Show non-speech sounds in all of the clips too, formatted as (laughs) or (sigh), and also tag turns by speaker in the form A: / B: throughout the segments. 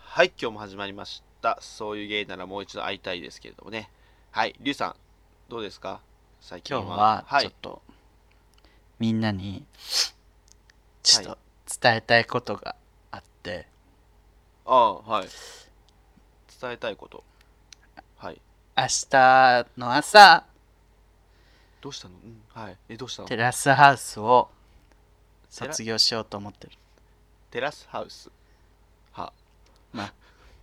A: はい、今日も始まりました。そういうゲイならもう一度会いたいですけれどもね。はい、リュウさん、どうですか最近
B: 今
A: は。
B: 日は
A: は
B: ちょっ
A: い、
B: と、みんなにちょっと伝えたいことがあって、
A: ああ、はい。伝えたいこと。はい。
B: 明日の朝
A: どうしたの、うん、はい。え、どうしたの
B: テラスハウスを
A: テラ
B: 卒業しようと思ってる
A: テラスハウス。は。
B: まあ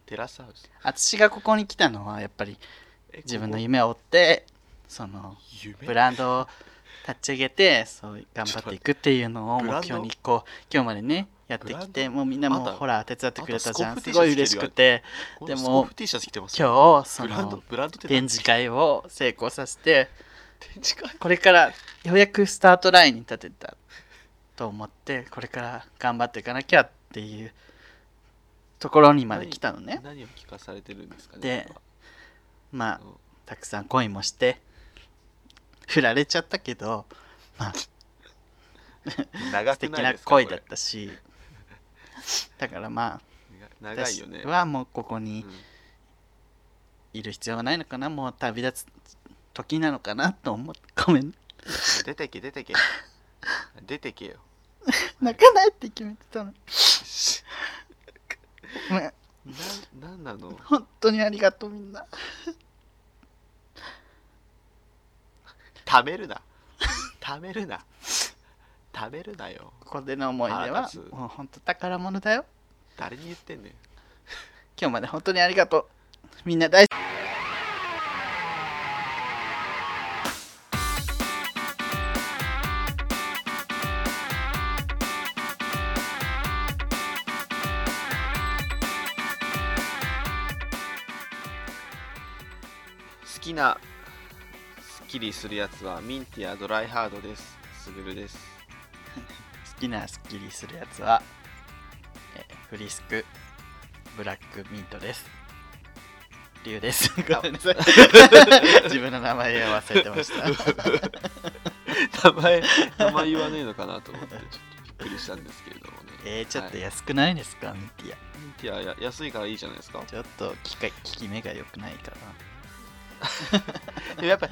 A: テラスハウス。
B: 私がここに来たのはやっぱり
A: え
B: 自分
A: こ
B: の
A: こ
B: 夢を追ってその
A: 夢
B: ブランドを立ち上げてそう頑張っていくっていうのを
A: ちょっと
B: 目
A: 待って
B: 標にこう今日までねやってき
A: ブラ
B: て
A: ン
B: もうみんなも
A: あ
B: うん
A: た
B: ほら手伝ってくれたじゃ
A: あんた
B: ん
A: スコープ
B: すごい
A: T シャツ
B: 嬉
A: 着
B: して
A: るよ
B: くて
A: こ
B: で
A: の
B: も
A: スコープ T シャツ着てますよ。
B: 今日そ
A: ブランド
B: の、
A: ブランドって何
B: 展示会を成功させて
A: 展示会
B: これからようやくスタートラインに立てたと思ってこれから頑張っていかなきゃっていうところにまで来たのね
A: 何を聞かされてるんですかね
B: でまあ
A: 僕は
B: たくさん恋もして振られちゃったけどまあ素
A: うん長く
B: 敵
A: ない
B: な
A: ですか
B: 恋だっ
A: こ
B: たしだからまあ
A: れ長い
B: 私
A: よね。
B: はもうここに
A: うん
B: いる必要はないのかなもう旅立つ時なのかなと思ってごめん
A: 出てけ出てけ出てけよ
B: 泣かないって決めてたのごめん
A: ななんなの
B: 本当にありがとうみんな
A: 貯めるな貯めるな貯めるなよ
B: ここでの思い出
A: 腹
B: は
A: 立つ
B: もう本当宝物だよ
A: 誰に言ってんねん
B: 今日まで本当にありがとうみんな大好き
A: 好きなスッキリするやつはミンティアドライハードですスグルです
B: 好きなスッキリするやつは、えーフリスクブラックミントですリュウですごめん
A: (laughs)
B: なさい自分の名前を忘れてました
A: 名前名前言わねえのかなと思ってちょっとびっくりしたんですけれどもね
B: えー、ちょっと
A: はい
B: 安くないですか、ミンティア
A: ミンティアや安いからいいじゃないですか
B: ちょっと聞か聞き目が良くないか
A: で
B: な
A: もやっぱ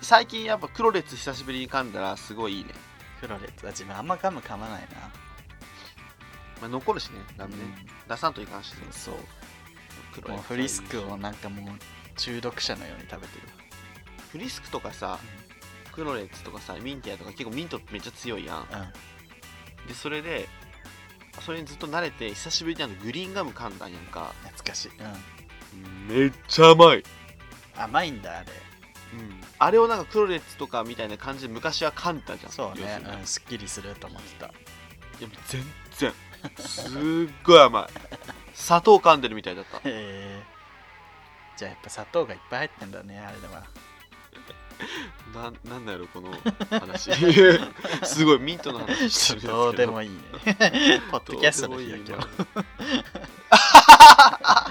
A: 最近やっぱ黒列久しぶりに噛んだらすごいいいね、
B: フロレッツは自分あんまガム噛まないな
A: まあ、残るしねダメね、出さんといかんしね
B: そう
A: 黒
B: もう
A: 列
B: フリスクをなんかもう中毒者のように食べてる
A: フリスクとかさ、クロレッツとかさ、ミンティアとか結構ミントめっちゃ強いやん。
B: う
A: で、それで、それにずっと慣れて、久しぶりにあのグリーンガム噛んだんやんか。
B: ん懐かしい、う
A: めっちゃ甘い。うん。
B: ん、甘いんだあれ
A: あれをなんかクロレッツとかみたいな感じで昔は噛んだじゃん。
B: そう
A: 要
B: ね
A: するに、
B: うん、すっきりすると思ってた
A: いや、全然。すっごい甘い。
B: (laughs)
A: 砂糖噛んでるみたいだった。
B: へえじゃあやっぱ砂糖がいっぱい入ってんだねあれでは
A: ななんだろこ
B: (laughs)
A: の話。 (laughs) すごい、ミントの話してるんですけ
B: どう
A: (laughs)
B: でもいいねポッドキャストの日
A: ど
B: だ
A: うでもいい
B: 今
A: な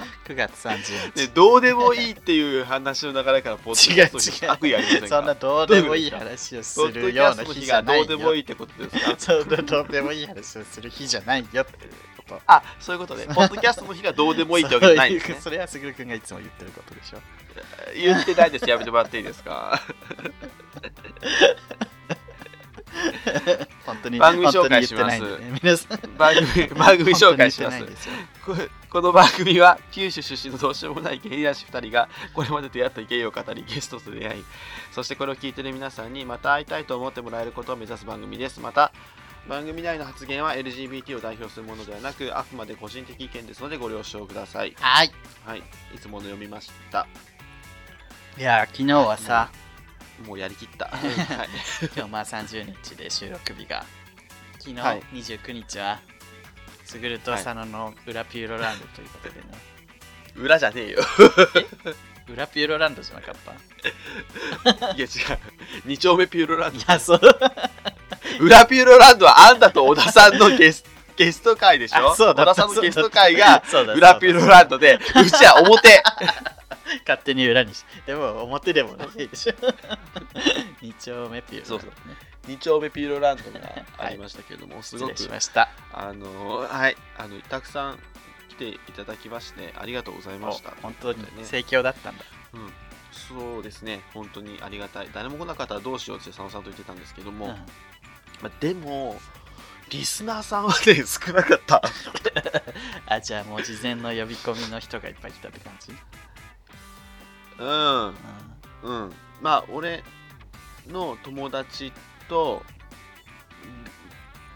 B: 日9月30
A: ね、
B: 日
A: どうでもいいっていう話の流れからポッドキャストに
B: 違う違う
A: 悪意ありませんか
B: そんなどうでもいい話をす
A: ポッド
B: る
A: キ
B: よ
A: ャ
B: うな
A: ストの
B: 日
A: 日
B: じゃ
A: が
B: な
A: ど
B: いう
A: でもいい
B: よ
A: ってことですか
B: そんなどうでもいい話をする日じゃないよってこと
A: あそういうことねポッドキャストの日がどうでもいいってわけじゃないんですね
B: それはすぐるくんがいつも言ってることでしょ
A: 言ってないですやめてもらっていいですか (laughs)
B: 本当に
A: 番組紹介します
B: 本当に言ってないんでね皆さん
A: 番組番組紹介します
B: 本当に言ってないんですよ
A: こ (laughs) この番組は九州出身のどうしようもない芸男子2人がこれまで出会った芸を語りゲストと出会いそしてこれを聞いている皆さんにまた会いたいと思ってもらえることを目指す番組ですまた番組内の発言は LGBT を代表するものではなくあくまで個人的意見ですのでご了承ください
B: はい
A: はいいつもの読みました
B: いやー昨日はさ、
A: もうやりきった、 (laughs) はい
B: (laughs) 今日まあ30日で収録日が昨日
A: はい
B: 29日はすぐると佐野の裏ピューロランドということでね、
A: 裏じゃねえよ (laughs)
B: 裏ピューロランドじゃなかっ
A: いや
B: た
A: 違う2丁目ピューロラン
B: いやそう
A: ド裏ピューロランドはあんたと小田さんのゲス (laughs) ゲスト会でしょ
B: あそうだ
A: 小田さんのゲスト会が
B: (laughs) そうだ
A: 裏ピュー
B: そう
A: ロ
B: だ
A: ランドでうちは
B: (laughs)
A: 表
B: 勝手に裏にしでも表でもないで (laughs) しょ二丁目ピューロランドね
A: 2丁目ピューロランドがありましたけれども、す
B: 失
A: ご
B: 礼
A: く
B: しました
A: あのはいあのたくさんていただきましてありがとうございました
B: お本当に
A: ね
B: 盛況だったんだ。
A: うん、そうですね本当にありがたい誰も来なかったらどうしようって佐野さんと言ってたんですけども、
B: うん
A: まあ、でもリスナーさんはね少なかった
B: あ、じゃあもう事前の呼び込みの人がいっぱい来たって感じ、
A: うん
B: う
A: うん、まあ俺の友達と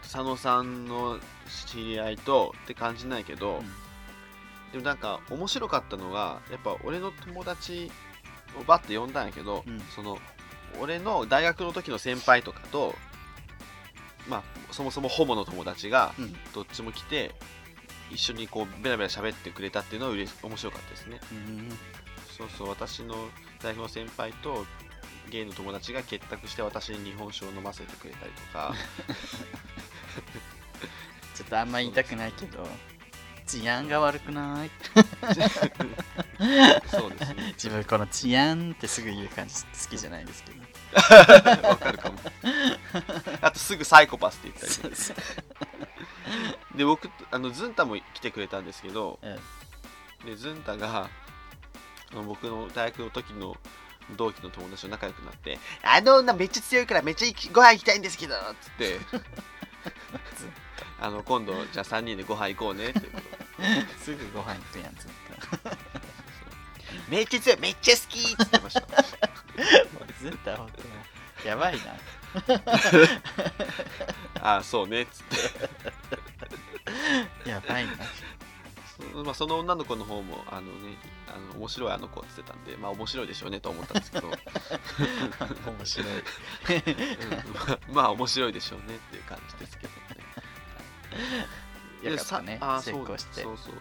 A: 佐野さんの知り合いとって感じないけど、
B: うん
A: でもなんか面白かったのがやっぱ俺の友達をバッて呼んだんやけど、
B: うん
A: その俺の大学の時の先輩とかとまあそもそもホモの友達が
B: んうん
A: どっちも来て一緒にこうベラベラ喋ってくれたっていうのは嬉し面白かったですね
B: うん
A: そうそう私の代表先輩とゲイの友達が結託して私に日本酒を飲ませてくれたりとか
B: ちょっとあんま言いたくないけど治安が悪くない
A: そうですね
B: 自分この治安ってすぐ言う感じ好きじゃないですけど
A: わかるかもあとすぐサイコパスって言ったりね
B: そうそう
A: で僕あのズンタも来てくれたんですけど
B: うん
A: でズンタがあの僕の大学の時の同期の友達と仲良くなって「あの女めっちゃ強いからめっちゃいきご飯行きたいんですけど」っつって「あの今度じゃあ3人でご飯行こうね」ってこと
B: すぐご飯行くやん絶
A: めっちゃ強いめっちゃ好きって言ってました
B: (laughs) 対もう (laughs) 絶対本当にやばいな
A: ああそうねっつって
B: やば (laughs) いな
A: そ,、まあ、その女の子の方もあのねあの面白いあの子って言ってたんでまあ面白いでしょうねと思ったんですけ
B: (laughs)
A: ど、うん
B: 面白い
A: まあ、まあ面白いでしょうねっていう感じですけどね
B: よかったね
A: でさあ
B: 成功して
A: そうそうそう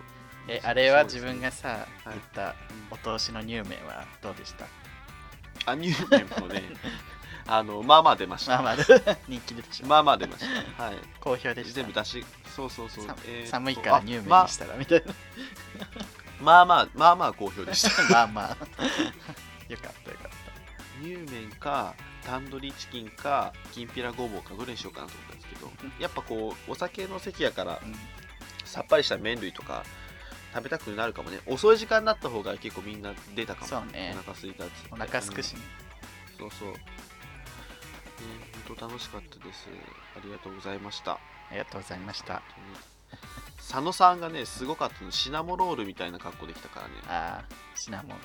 B: えあれは自分がさ
A: はい
B: 言ったお通しの乳名はどうでした
A: あニューメンもねあのまあまあ出ました
B: (laughs) まあまあ人気でしょ
A: まあまあ出ましたはい
B: 好評でした
A: 全部出しそうそうそう
B: さ、
A: えーと
B: 寒いから乳名に
A: あ
B: したらみたいな
A: まあまあまあまあ好評でした
B: (laughs) まあまあよかったよかった
A: 乳麺かタンドリーチキンかきんぴらごぼうかどれにしようかなと思ったんですけどやっぱこうお酒の席やから
B: うん
A: さっぱりした麺類とか食べたくなるかもね遅い時間になった方が結構みんな出たかも
B: そうね
A: お腹すいたっつって
B: お腹すくしね
A: うんそうそうね本当楽しかったですありがとうございました
B: ありがとうございました
A: 本当に佐野さんがねすごかったのシナモロールみたいな格好できたからね
B: あーシナモン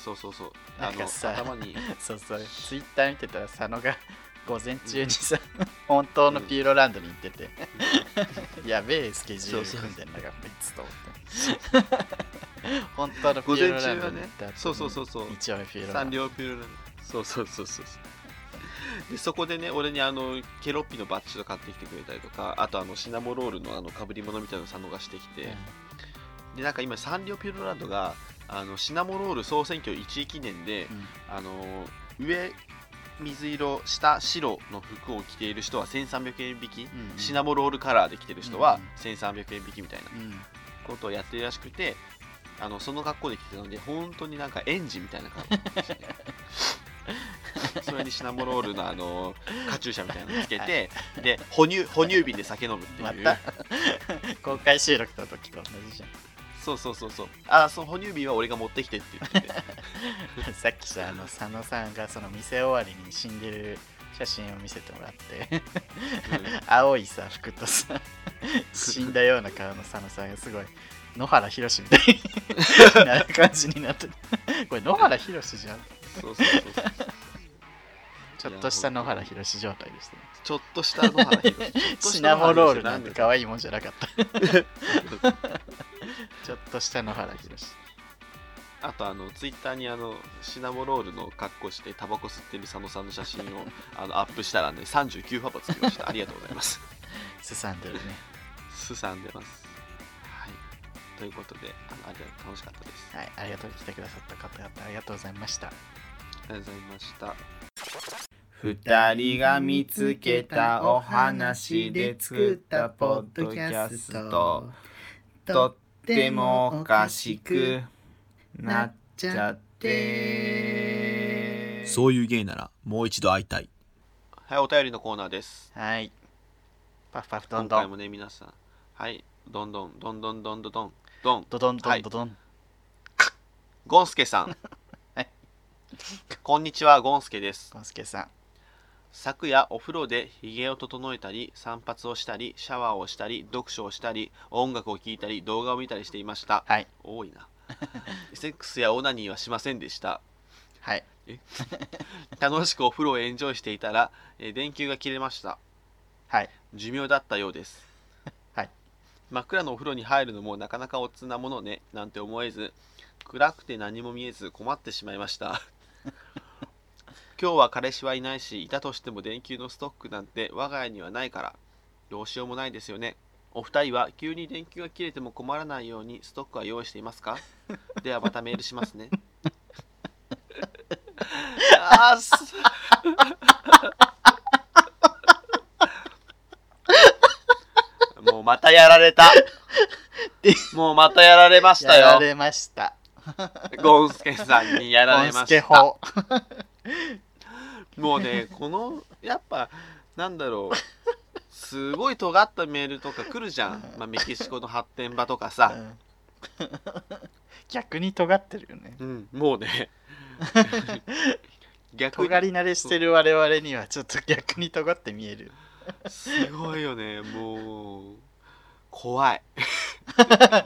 A: そうそうそう
B: な
A: あ
B: ん
A: の
B: かさ
A: 頭
B: (laughs)
A: に
B: そうそうツイッター見てたら佐野が (laughs) 午前中にさ (laughs) 本当のピューロランドに行ってて、やべえスケジュール組んでんだがこいつと思
A: (laughs)
B: って本当のピューロランドに行った
A: 午前中は
B: 後に
A: ねそうそうそうそう
B: 一応ピューロラ
A: 三
B: ンド
A: 両ピューロランドそうそうそうそうそうでそこでね俺にあのケロッピのバッジとか買ってきてくれたりとかあとあのシナモロールのあの被り物みたいなの佐野がしてきて、でなんか今サンリオピューロランドがあのシナモロール総選挙1位記念で
B: うんうん
A: あの上水色下白の服を着ている人は1300円引き、
B: うんうん
A: シナモロールカラーで着てる人は
B: うんうん
A: 1300円引きみたいな
B: うん
A: ことをやってるらしくてあのその格好で来てたので本当になんか園児みたいな格好でした
B: (laughs)
A: ねそれにシナモロールのあのカチューシャみたいなのつけてで哺乳哺乳瓶で酒飲むって
B: ま
A: いう、
B: た公開収録の時と同じじ
A: そうそうそうそうあその哺乳瓶は俺が持ってきてって言
B: (laughs)
A: って
B: ゃんさっきさあの佐野さんがその店終わりに死んでる写真を見せてもらっ
A: うん
B: て青いさ服とさ死んだような顔の佐野さんがすごい野原ひろしみたいなな感じになってこれ野原ひろしじゃん
A: そうそうそうそう
B: ちょっとした野原ひろし状態でしたね
A: ちょっとした野原ひろしちょっとし
B: シ
A: た
B: ナ
A: 野
B: モ
A: 原ひ
B: ロ
A: ろ
B: ー
A: し
B: ルなんて可愛いもんじゃなかったちょっとした野原ひろし
A: (laughs) あとあのツイッターにあのシナモロールの格好してタバコ吸ってる佐野さんの写真をあのアップしたらね39パパつきましたありがとうございます
B: すさんでるね
A: すさんでます。はい。ということで、あのあれは楽しかったです。
B: はいありがとう来てくださった方々ありがとうございました
A: ありがとうございました。
C: 二人が見つけたお話で作ったポッドキャストとってもおかしくなっちゃって
A: ういうゲイなら、もう一度会いたい。はい、お便りのコーナーです。
B: はいパフパフどん
A: 今
B: ど
A: 回
B: ん
A: もね、皆さん。はい。どんどんどんどんどんどんどんどん
B: ドドンド
A: は
B: ン
A: い
B: ドドン。
A: ゴンスケさん
B: (laughs) はい
A: こんにちはゴンスケです
B: コンスケさん。
A: 昨夜お風呂でひげを整えたり散髪をしたりシャワーをしたり読書をしたり音楽を聴いたり動画を見たりしていました
B: はい。
A: 多いなセックスやオナニーはしませんでした
B: はい。
A: 楽しくお風呂をエンジョイしていたら、えー電球が切れました
B: はい。
A: 寿命だったようです (laughs)
B: はい
A: 真っ暗のお風呂に入るのもなかなかおつなものねなんて思えず暗くて何も見えず困ってしまいました (laughs) 今日は彼氏はいないしいたとしても電球のストックなんて我が家にはないからどうしようもないですよねお二人は急に電球が切れても困らないようにストックは用意しています
B: (laughs)
A: かではまたメールしますねあーす (laughs) もうまたやられた。もうまたやられました
B: やら
A: よ。
B: れました。
A: ゴンスケさんにやら
B: コ
A: れ
B: ン
A: まし
B: スケ
A: た。
B: 法。
A: もうね、この、やっぱ、なんだろう。すごい尖ったメールとか来るじゃん。まあ、メキシコの発展場とか
B: う
A: さ。
B: ん (laughs) 逆に尖ってるよね。
A: うん、もう
B: (laughs)
A: ね。逆
B: 尖
A: に
B: り慣れしてる我々にはちょっと逆に尖って見える。 (laughs)
A: すごいよね。もう、怖い。
B: 恐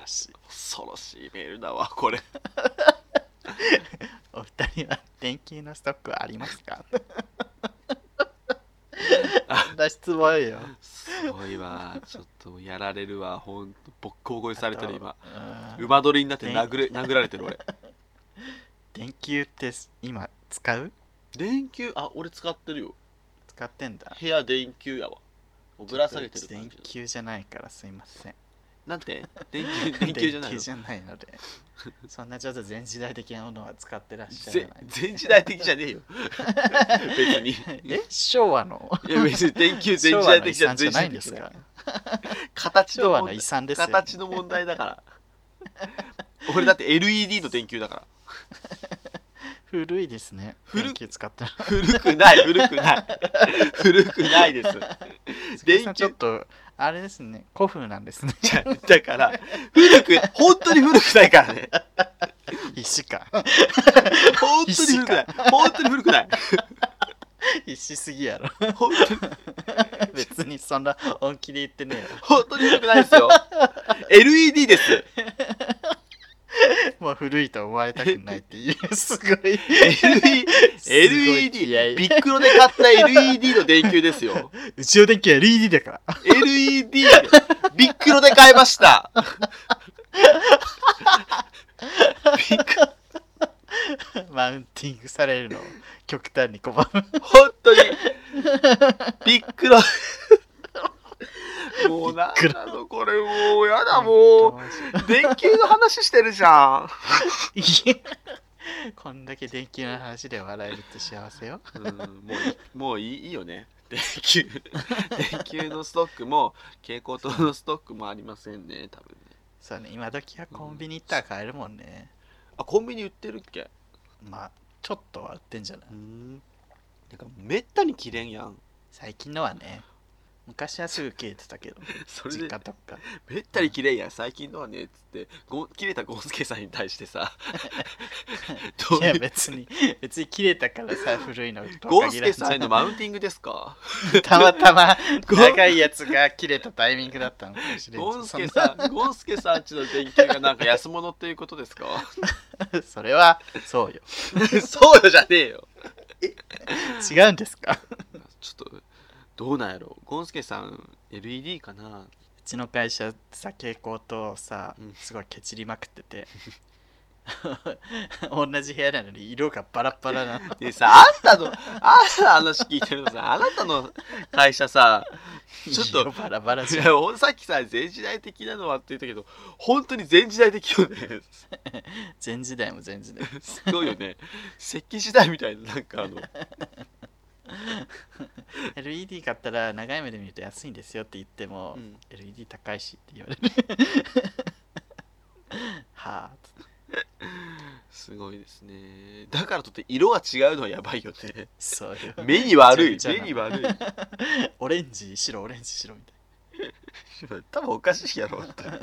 B: ろしい。
A: 恐ろしいメールだわ、これ。
B: お二人は電球のストックはあります
A: (laughs)
B: か脱出強いよ。
A: すごいわ。ちょっとやられるわ。ほんと、ボッコボコにされてる今。
B: あと。うん
A: 馬取りになって殴れ殴られてる俺。
B: 電球って今使う
A: 電球あ俺使ってるよ
B: 使ってんだ。
A: 部屋電球やわぶら下げてる
B: 電
A: 感じ
B: 球じゃないからすいません。
A: なん (laughs) て電球電球じゃないの
B: 電球じゃないので。そんなちょっと全時代的なものは使ってらっしゃ
A: ぜ
B: らない。
A: 全時代的じゃ
B: (laughs)
A: ねえよ別に
B: え昭和の
A: いや別に電球全時
B: 昭和
A: 代
B: の遺
A: 的じゃ
B: 産じゃ
A: 全時
B: ない
A: 代
B: ん
A: 的
B: です
A: じゃない
B: か
A: 形の
B: 昭和
A: 問
B: の
A: 題
B: 遺産ですよ、
A: 形の問題だから俺だって LED の電球だから
B: 古いですね。
A: 古
B: 電球使ってる。
A: 古くない古くない古くないです電
B: 鈴木さんちょっ
A: 球
B: と、あれですね。古風なん
A: (laughs)
B: ですね。
A: じゃだから古く本当に古くないからね
B: 必死か。
A: 本当に古くない本当に古くない
B: 必死すぎ
A: (laughs)
B: やろ。
A: 本当に
B: 別にそんな本気で言ってねえ
A: 本当に良くないですよ。LED です。 (laughs)
B: よ。もう古いと思われたくないっていう、すごい。
A: LED
B: すごい気合
A: LED
B: い
A: ビックロで買った LED の電球ですよ。
B: うちの電気は LED だから。
A: LED ビックロで買いました。ビック
B: (laughs) マウンティングされるのを極端に拒む。
A: 本当にビックロ。もうなん
B: ビッ
A: なのこれもうやだもう電球の話してるじゃ
B: (laughs) いやこんだけ電球の話で笑えるって幸せよ。
A: ん。うんもうもういい (laughs) いいよね。電球電球のストックも蛍光灯のストックもありませんね多分ね。
B: そうね、今時はコンビニ行ったら買えるもんね。
A: あコンビニ売ってるっけ
B: まあ、ちょっとは売ってんじゃない
A: んてかめったに切れんやん
B: 最近のはね。昔はすぐ消えてたけど、
A: それ
B: 実
A: で
B: 家とか。
A: めったに切れんやん最近のはねっつってご切れたゴンスケさんに対して
B: (laughs)
A: さどう
B: いや
A: いう
B: 別に、 (laughs) 別に切れたからさ、古いのと
A: ゴン
B: は
A: ス
B: 限
A: ケ
B: らず
A: さん
B: (laughs)
A: へのマウンティングですか
B: たまたま
A: ゴン
B: 長いやつが切れたタイミングだったのかもしれん
A: ゴンスケ
B: そん
A: さんゴンスケさんちの電球がなんか安物っていうことですか (laughs)
B: なそれはそうよ
A: そうよじゃねえよ
B: 違うんですか
A: ちょっとどうなんやろゴンスケさん LED かな
B: うちの会社さ蛍光灯をさ
A: うん
B: すごいケチりまくってて (laughs) 同じ部屋なのに色がバラバラなの
A: でさあんたのあんたの話聞いてるのさあなたの会社さちょっと
B: 色バラバラ
A: い (laughs)
B: じゃん
A: やほんさっきさ全時代的なのはって言ったけど本当に全時代的よね
B: 全時代も全時代
A: すごいよね石器時代みたいななんかあの
B: LED 買ったら長い目で見ると安いんですよって言っても、
A: うん
B: LED 高いしって言われる (laughs) はあ
A: すごいですねだからとって色が違うのはやばいよね
B: そうよ
A: 目に悪い
B: めちゃ
A: 目
B: めち
A: に
B: ゃな
A: 悪い
B: オレンジ白オレンジ白みたい
A: 多分おかしいやろ本当に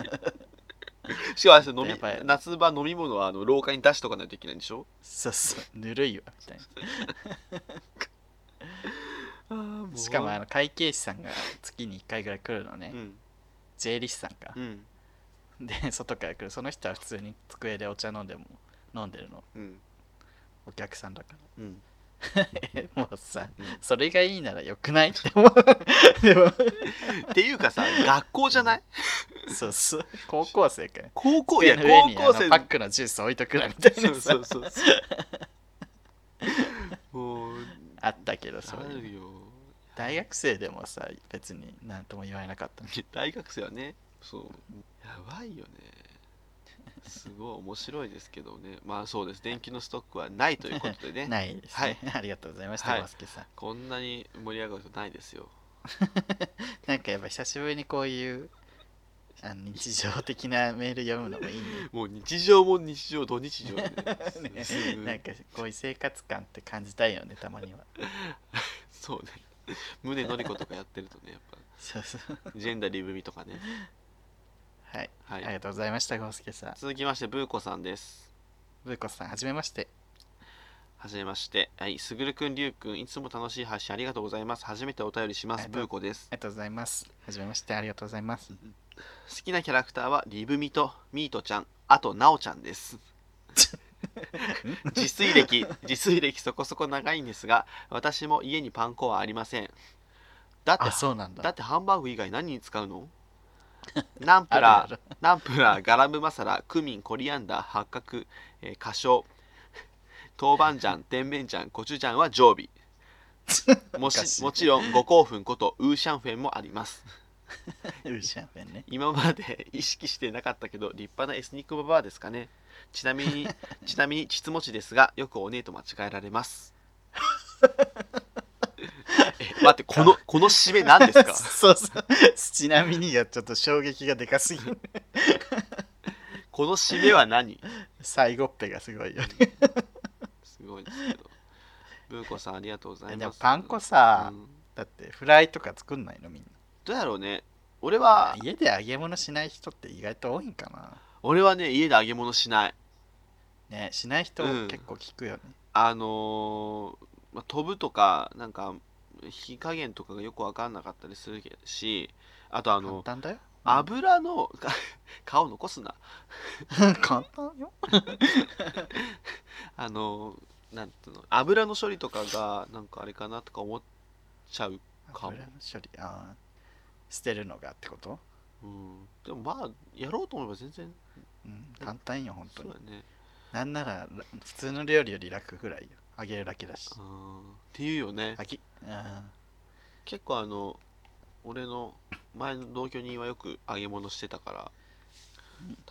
A: しかもあれですよ飲
B: やっぱり
A: み夏場飲み物はあの廊下に出しとかないといけないんでしょ
B: そうそうぬるいわみたい
A: あも
B: なしかもあの会計士さんが月に1回ぐらい来るのね、
A: うん
B: 税理士さんか
A: う、ん
B: で外から来るその人は普通に机でお茶飲んでも飲んでるの
A: うん
B: お客さんだから
A: うん、
B: えもうさ
A: うん
B: それがいいならよくないって思う (laughs) でも
A: っていうかさ学校じゃない
B: そうそう高校生かよ
A: 高校い
B: 机
A: や
B: の上に
A: 高
B: あの
A: 校生
B: パックのジュース置いとくなみたい
A: そ
B: な
A: う
B: さ
A: そうそうそうもう
B: あったけどそう
A: あ
B: いう
A: るよ
B: 大学生でもさ別に何とも言われなかったの
A: 大学生はねそうやばいよねすごい面白いですけどねまあそうです電気のストックはないということでね
B: ないですね、 (laughs) ありがとうございました、
A: はい
B: バスケさん
A: こんなに盛り上がることないですよ
B: なんかやっぱ久しぶりにこういうあの日常的なメール読むのもいい
A: もう日常も日常土日常、
B: ね
A: (laughs)
B: ね
A: すす
B: なんかこういう生活感って感じたいよねたまには
A: そうね胸のりことかやってるとねやっ
B: そうそう
A: ぱジェンダーリブミとかね
B: はい、
A: は
B: あり
A: い
B: がとうございましたゴースケさん
A: 続きましてブーコさんです
B: ブーコさんはじめまして
A: はじめまして。はい、すぐるくん、りゅうくん、いつも楽しい配信ありがとうございます。初めてお便りしま
B: あ
A: す。
B: りがと
A: ブー
B: う
A: コです
B: あ。りがとうございますはじめましてありがとうございます
A: 好きなキャラクターは、リブミとミートちゃん、あとナオちゃん
B: (laughs)
A: です。自炊歴、自炊歴そこそこ長いんですが、私も家にパン粉はありません。だって
B: あ、そうなんだ
A: だってハンバーグ以外何に使う
B: (laughs)
A: のナンプ
B: あ
A: ラ
B: るある
A: ー、ナンプラー、ガラムマサラ、クミン、コリアンダー、八角、えー、花椒、豆板醤、甜麺醤、コチュジャンは常
B: (laughs)
A: 備。も
B: おかし
A: し
B: い
A: もちろん、五香粉ことウーシャンフェンもあります。
B: ウーシャンフェンね
A: 今まで意識してなかったけど、立派なエスニックババアですかね。ちなみ
B: (laughs)
A: に、ちなみに、ちつもちですが、よくお姉と間違えられます。え待って、この、この締め何ですか
B: (laughs) そうそうちなみにがちょっと衝撃がでかすぎ
A: (laughs)
B: る
A: この締めは何
B: 最後っぺがすごいよね
A: すごいですけど。ブーコさんありがとうござい
B: でも
A: ます。
B: パン粉さ、
A: うん
B: だってフライとか作んないのみんな
A: どうやろうね。俺は、
B: 家で揚げ物しない人って意外と多いんか
A: 俺はね、家で揚げ物しない。
B: なねしない人
A: うん
B: 結構聞くよね、
A: あのーまあ、飛ぶとか、なんか、火加減とかがよく分かんなかったりするし、あとあの、
B: 簡単だよ
A: 油の、 (laughs) か顔残すな。
B: (laughs) 簡単よ
A: あのーなんていうの、油の処理とかが、なんかあれかなとか思っちゃう。かも
B: 油の処理ああ捨てるのがってこと
A: うん、でもまあ、やろうと思えば全然、
B: うん簡単よ本当
A: そう
B: に
A: だね。
B: なんなら普通の料理より楽ぐらいよ揚げるだけだし
A: うん、っていうよね。
B: 揚げうん
A: 結構あの俺の前の同居人はよく揚げ物してたから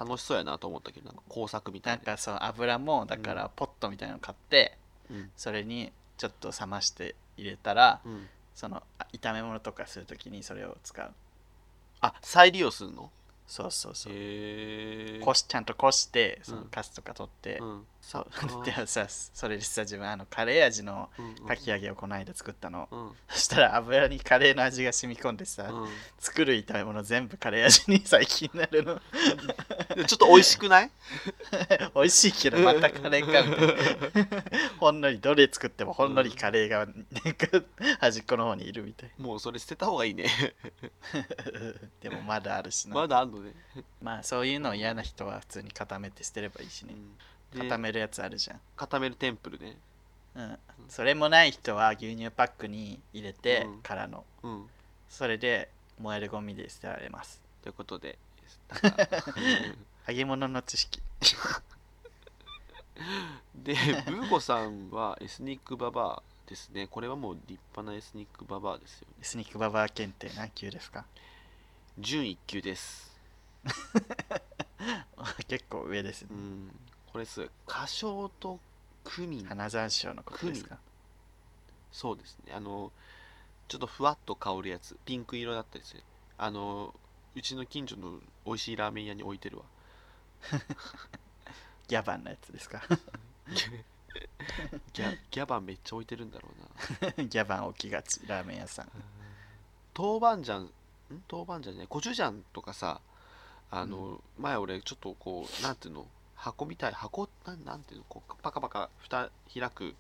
A: 楽しそうやなと思ったけどなんか工作みた
B: ないん
A: な
B: かそう油もだからポットみたいなの買って、
A: うん
B: それにちょっと冷まして入れたら、
A: うん、
B: そのあ炒め物とかするときにそれを使う
A: あ再利用するの
B: そうそうそう、
A: へえ
B: こしちゃんとこしてその
A: うん
B: カスとか取って、
A: うん
B: そう (laughs)
A: あ
B: でさそれでさ自分あのカレー味の
A: うんうん
B: かき揚げをこの間作ったの、
A: うん
B: そしたら油にカレーの味が染み込んでさ、
A: うん
B: 作る炒め物全部カレー味に (laughs) 最近なるの
A: でちょっと美味しくない
B: 美味しいけどまたカレーかみたいな
A: (laughs)
B: ほんのりどれ作ってもほんのりカレーがなんか (laughs) 端っこの方にいるみたい
A: もうそれ捨てた方がいいね
B: でもまだあるし (laughs) な、
A: まだあんのね、
B: まあそういうの嫌な人は普通に固めて捨てればいいし
A: う
B: ね
A: んで
B: 固めるやつあるじゃん
A: 固めるテンプルね
B: うん、それもない人は牛乳パックに入れて
A: うん
B: からの、
A: うん
B: それで燃えるゴミで捨てられます
A: ということ
B: (laughs)
A: でなんか
B: 揚げ物の知識
A: でブーコさんはエスニックババアですねこれはもう立派なエスニックババアですよね
B: スニックババア検定何級ですか (laughs)
A: 準一級です。
B: 結構上ですね、
A: うん、これすごい花椒とクミン、
B: 花山椒のことですか
A: そうですね。あのちょっとふわっと香るやつ、ピンク色だったりする。あのうちの近所の美味しいラーメン屋に置いてる (laughs) わ。
B: ギャバンのやつですか (laughs)
A: ギャギャバめっちゃ置いてるんだろうな。
B: ギャバン置きがちラーメン屋さん
A: 豆板醤ん豆板醤じゃないコチュジャンとかさあの、前俺ちょっとこうなんていうの箱みたい箱なんなんていうのこうパカパカ蓋開く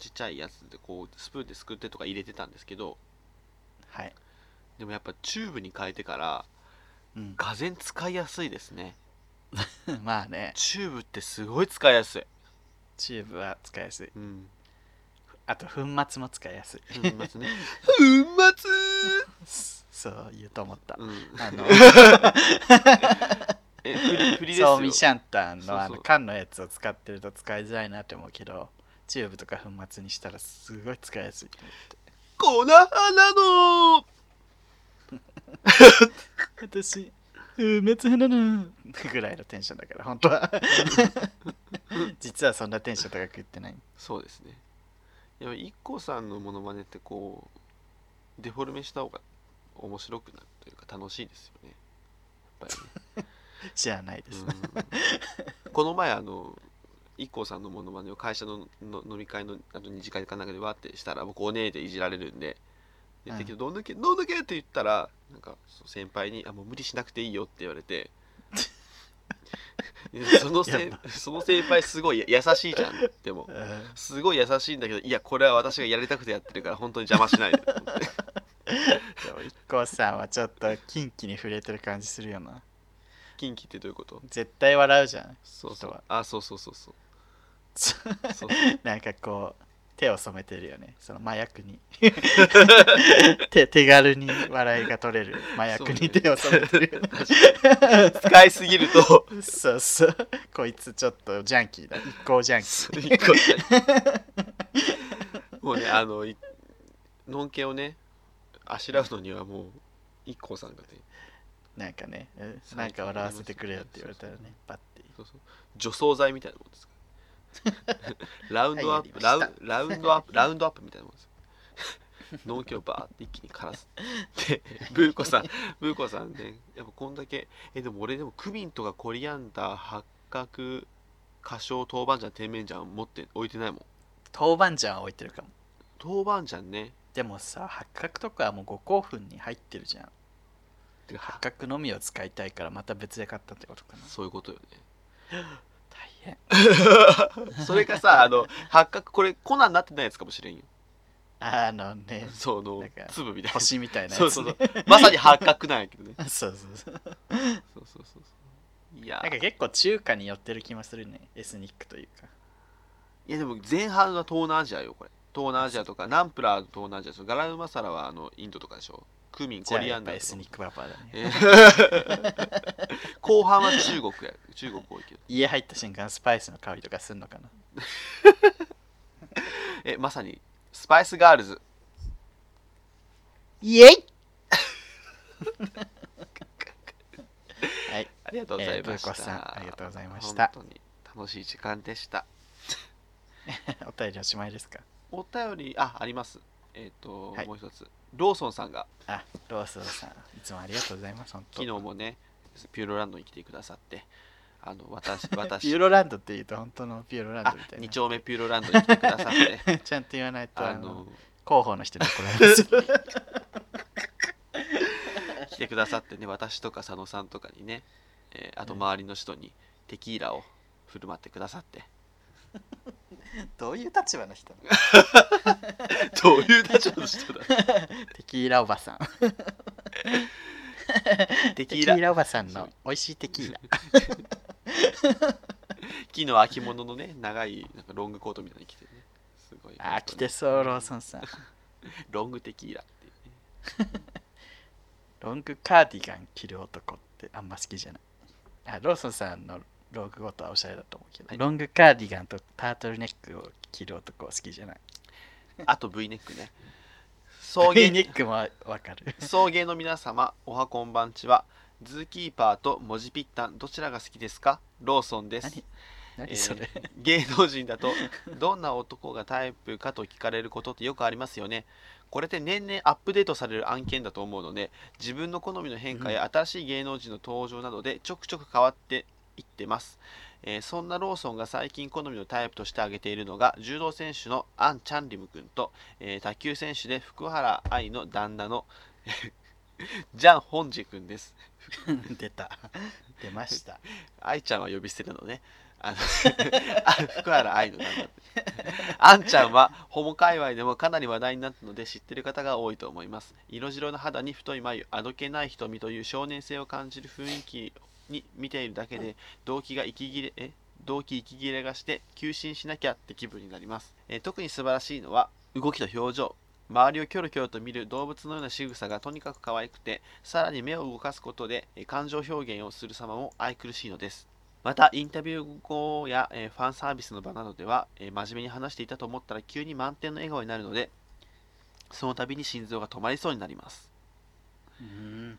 A: ちっちゃいやつでこうスプーンですくってとか入れてたんですけど
B: はい。
A: でもやっぱチューブに変えてから
B: うん、 (laughs)
A: がぜん使いやすいですね
B: まあね、
A: チューブってすごい使いやすい、
B: チューブは使いやすい。
A: うん、
B: あと、粉末も使いやすい。
A: 粉末ね、
B: (laughs) 粉末そう言うと思った。
A: (laughs) うん、
B: あの、
A: え振り振りですよ
B: そうミシャンタン
A: そうそう
B: のあの缶のやつを使ってると使いづらいなって思うけど、チューブとか粉末にしたらすごい使いやすい。
A: 粉花の
B: 私、うん、滅花な (laughs) ぐらいのテンションだから、本
A: (laughs)
B: 当は。実はそんなテンション高く言ってない。
A: そうですねでも IKKO さんのモノマネってこうデフォルメした方が面白くなるというか楽しいですよねやっぱりね
B: 知らないです。 (laughs)
A: うんこの前あの IKKO さんのモノマネを会社のの飲み会のあと二次会かなんかでわってしたら僕お姉でいじられるんで「で
B: うん
A: 適当どんだけどんだけ!」って言ったらなんかその先輩にあ「もう無理しなくていいよ」って言われ
B: (laughs)
A: てでそのせ
B: やだ
A: その先輩すごい優しいじゃんでも
B: うん
A: すごい優しいんだけどいやこれは私がやりたくてやってるから本当に邪魔しない (laughs) でと思って
B: でも IKKO さんはちょっとキンキに触れてる感じするよな
A: キンキってどういうこと
B: 絶対笑うじゃん
A: そうそ
B: 人
A: う
B: は
A: あそうそうそうそうそう
B: なんかこう手を染めてるよねその麻薬 (laughs) に手手軽に笑いが取れる麻薬に手を染めてるよね
A: (laughs) 使いすぎる (laughs) と
B: (laughs) そうそうこいつちょっとジャンキーだ一行ジャンキー
A: 一個じゃないもうねあのいのんけをねあしらうのにはもう一個さんがね
B: なんかねうんなんか笑わせてくれよって言われたらねパッて
A: そうそう除草剤みたいなもんですから
B: (laughs)
A: ラウンドアップ、
B: はいやりまし
A: ラウンラウンド
B: (laughs)
A: アップラウンドアップみたいなもんですよのんけをバーって一気に枯らすでブーコさんブーコさんねやっぱこんだけえでも俺でもクミンとかコリアンダー八角花椒豆板醤甜麺醤持って置いてないもん
B: 豆板醤は置いてるかも
A: 豆板醤ね
B: でもさ八角とかはもう五香粉に入ってるじゃん
A: てか
B: 八角のみを使いたいからまた別で買ったってことかな
A: そういうことよ
B: 大変
A: ね。それがさ、あの、八角、これ粉になってないやつかもしれんよ。
B: あのね、
A: その
B: なんか、
A: 粒みたいな。
B: (laughs) 星みたいなやつ、
A: そ
B: ね。
A: うそうそう。まさに八角なんやけどね。
B: (laughs) そうそうそ
A: そ
B: う
A: うそうそうそう。いや
B: なん、か結構中華に寄ってる気もするね。エスニックというか。
A: いやでも前半は東南アジアよ、これ。東南アジアとか、ナンプラーは東南アジアそうガラムマサラはあのインドとかでしょ。クミン、
B: じ
A: コ
B: ゃあ
A: リア
B: やっ
A: ン
B: ぱ
A: ダ
B: エ
A: ーと
B: ス
A: か
B: ニックバーバーだね。
A: えー (laughs) 後半は中国や。中国多いけど。
B: 家入った瞬間スパイスの香りとかすんのかな。
A: え、まさに、スパイスガールズ。
B: イエイはい。
A: ありがとうございました。
B: えーブーコさんありがとうございました
A: 本当に楽しい時間でした。
B: (laughs) お便りおしまいですか
A: お便りあありますえっ、と、
B: はい
A: もう一つローソンさんが
B: あ、ローソンさん、いつもありがとうございます。本当
A: 昨日もねピューロランドに来てくださってあの私
B: (laughs) ピュ
A: 私
B: ーロランドって言うと本当のピューロランド
A: あ
B: みたい
A: 二
B: な。
A: 丁目ピューロランドに来てくだ
B: (laughs)
A: さって
B: ちゃんと言わないと、
A: あ
B: あの
A: の
B: 広報の人に怒られますよ。
A: (laughs) 来てくださってね私とか佐野さんとかにね、えーあと周りの人にテキーラを振る舞ってくださって (laughs)
B: どういう立場の人なの
A: どういう立場の人
B: (laughs)
A: だ
B: テキーラお
A: (laughs)
B: ばさん。
A: テキ
B: テキ
A: ーラ
B: ーラおばさんの美味しいテキーラ。
A: 木の秋物のね長いなんかロングコートみたいに着てねすごい
B: あー、来てそう、ローソンさん。
A: ロングテキーラっていうね
B: ロングカーディガン着る男ってあんま好きじゃない。あローソンさんのロングごとはおしゃれだと思うけど、
A: はい
B: ロングカーディガンとタートルネックを着る男は好きじゃない。
A: あと V ネック
B: (laughs)
A: ね
B: ロ
A: 送
B: ング
A: 迎
B: ネックもわかる。
A: 送迎の皆様おはこんばんちはズーキーパーと文字ぴったんどちらが好きですかローソンです
B: (laughs) 何何それ、
A: えー (laughs) 芸能人だとどんな男がタイプかと聞かれることってよくありますよねこれって年々アップデートされる案件だと思うので自分の好みの変化や新しい芸能人の登場などでちょくちょく変わっていってます、えーそんなローソンが最近好みのタイプとして挙げているのが柔道選手の (laughs) アン・チャンリム君と、えー卓球選手で福原愛の旦那のじゃん本次君です
B: (laughs) 出た。出ました。
A: 愛ちゃんは呼び捨てなのね。あの (laughs) あ福原愛のなんだって。あんちゃんはホモ界隈でもかなり話題になったので知ってる方が多いと思います。色白の肌に太い眉、あどけない瞳という少年性を感じる雰囲気に見ているだけで動機が息切れ、え動機息切れがして急進しなきゃって気分になります。えー特に素晴らしいのは動きと表情。周りをキョロキョロと見る動物のような仕草がとにかく可愛くてさらに目を動かすことでえー感情表現をする様も愛くるしいのですまたインタビュー後やえーファンサービスの場などではえー真面目に話していたと思ったら急に満点の笑顔になるのでその度に心臓が止まりそうになります
B: うん。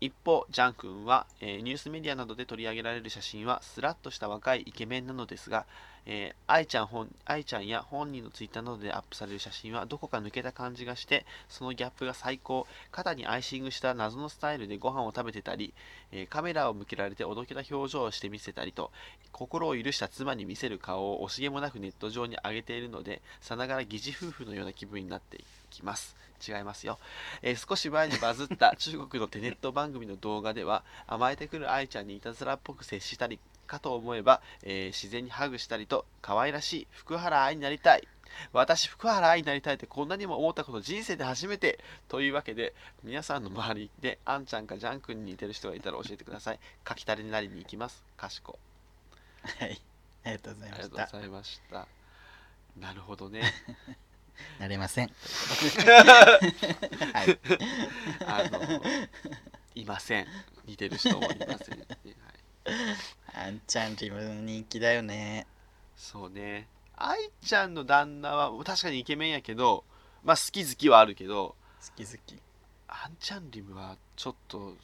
A: 一方ジャン君は、えーニュースメディアなどで取り上げられる写真はスラッとした若いイケメンなのですが、えー、愛ちゃん本愛ちゃんや本人のツイッターなどでアップされる写真はどこか抜けた感じがしてそのギャップが最高肩にアイシングした謎のスタイルでご飯を食べてたり、えーカメラを向けられておどけた表情をして見せたりと心を許した妻に見せる顔を惜しげもなくネット上に上げているのでさながら疑似夫婦のような気分になってきます違いますよえー少し前にバズった (laughs) 中国のテネット番組の動画では甘えてくる愛ちゃんにいたずらっぽく接したりかと思えば、えー自然にハグしたりと可愛らしい福原愛になりたい私福原愛になりたいってこんなにも思ったこと人生で初めてというわけで皆さんの周りであんちゃんかジャン君に似てる人がいたら教えてください書き足りになりに行きますかしこ
B: はい。ありがとうござい
A: あ
B: ま
A: りがと
B: し
A: うご
B: た。
A: ざいましたなるほど
B: (laughs)
A: ね
B: なれません。はい。
A: あのいません似てる人もいません、ねはい
B: あんちゃん自分人気だよね。
A: そうね愛ちゃんの旦那は確かにイケメンやけどまあ好き好きはあるけど
B: 好き好き。
A: アンチャンリムはちょっと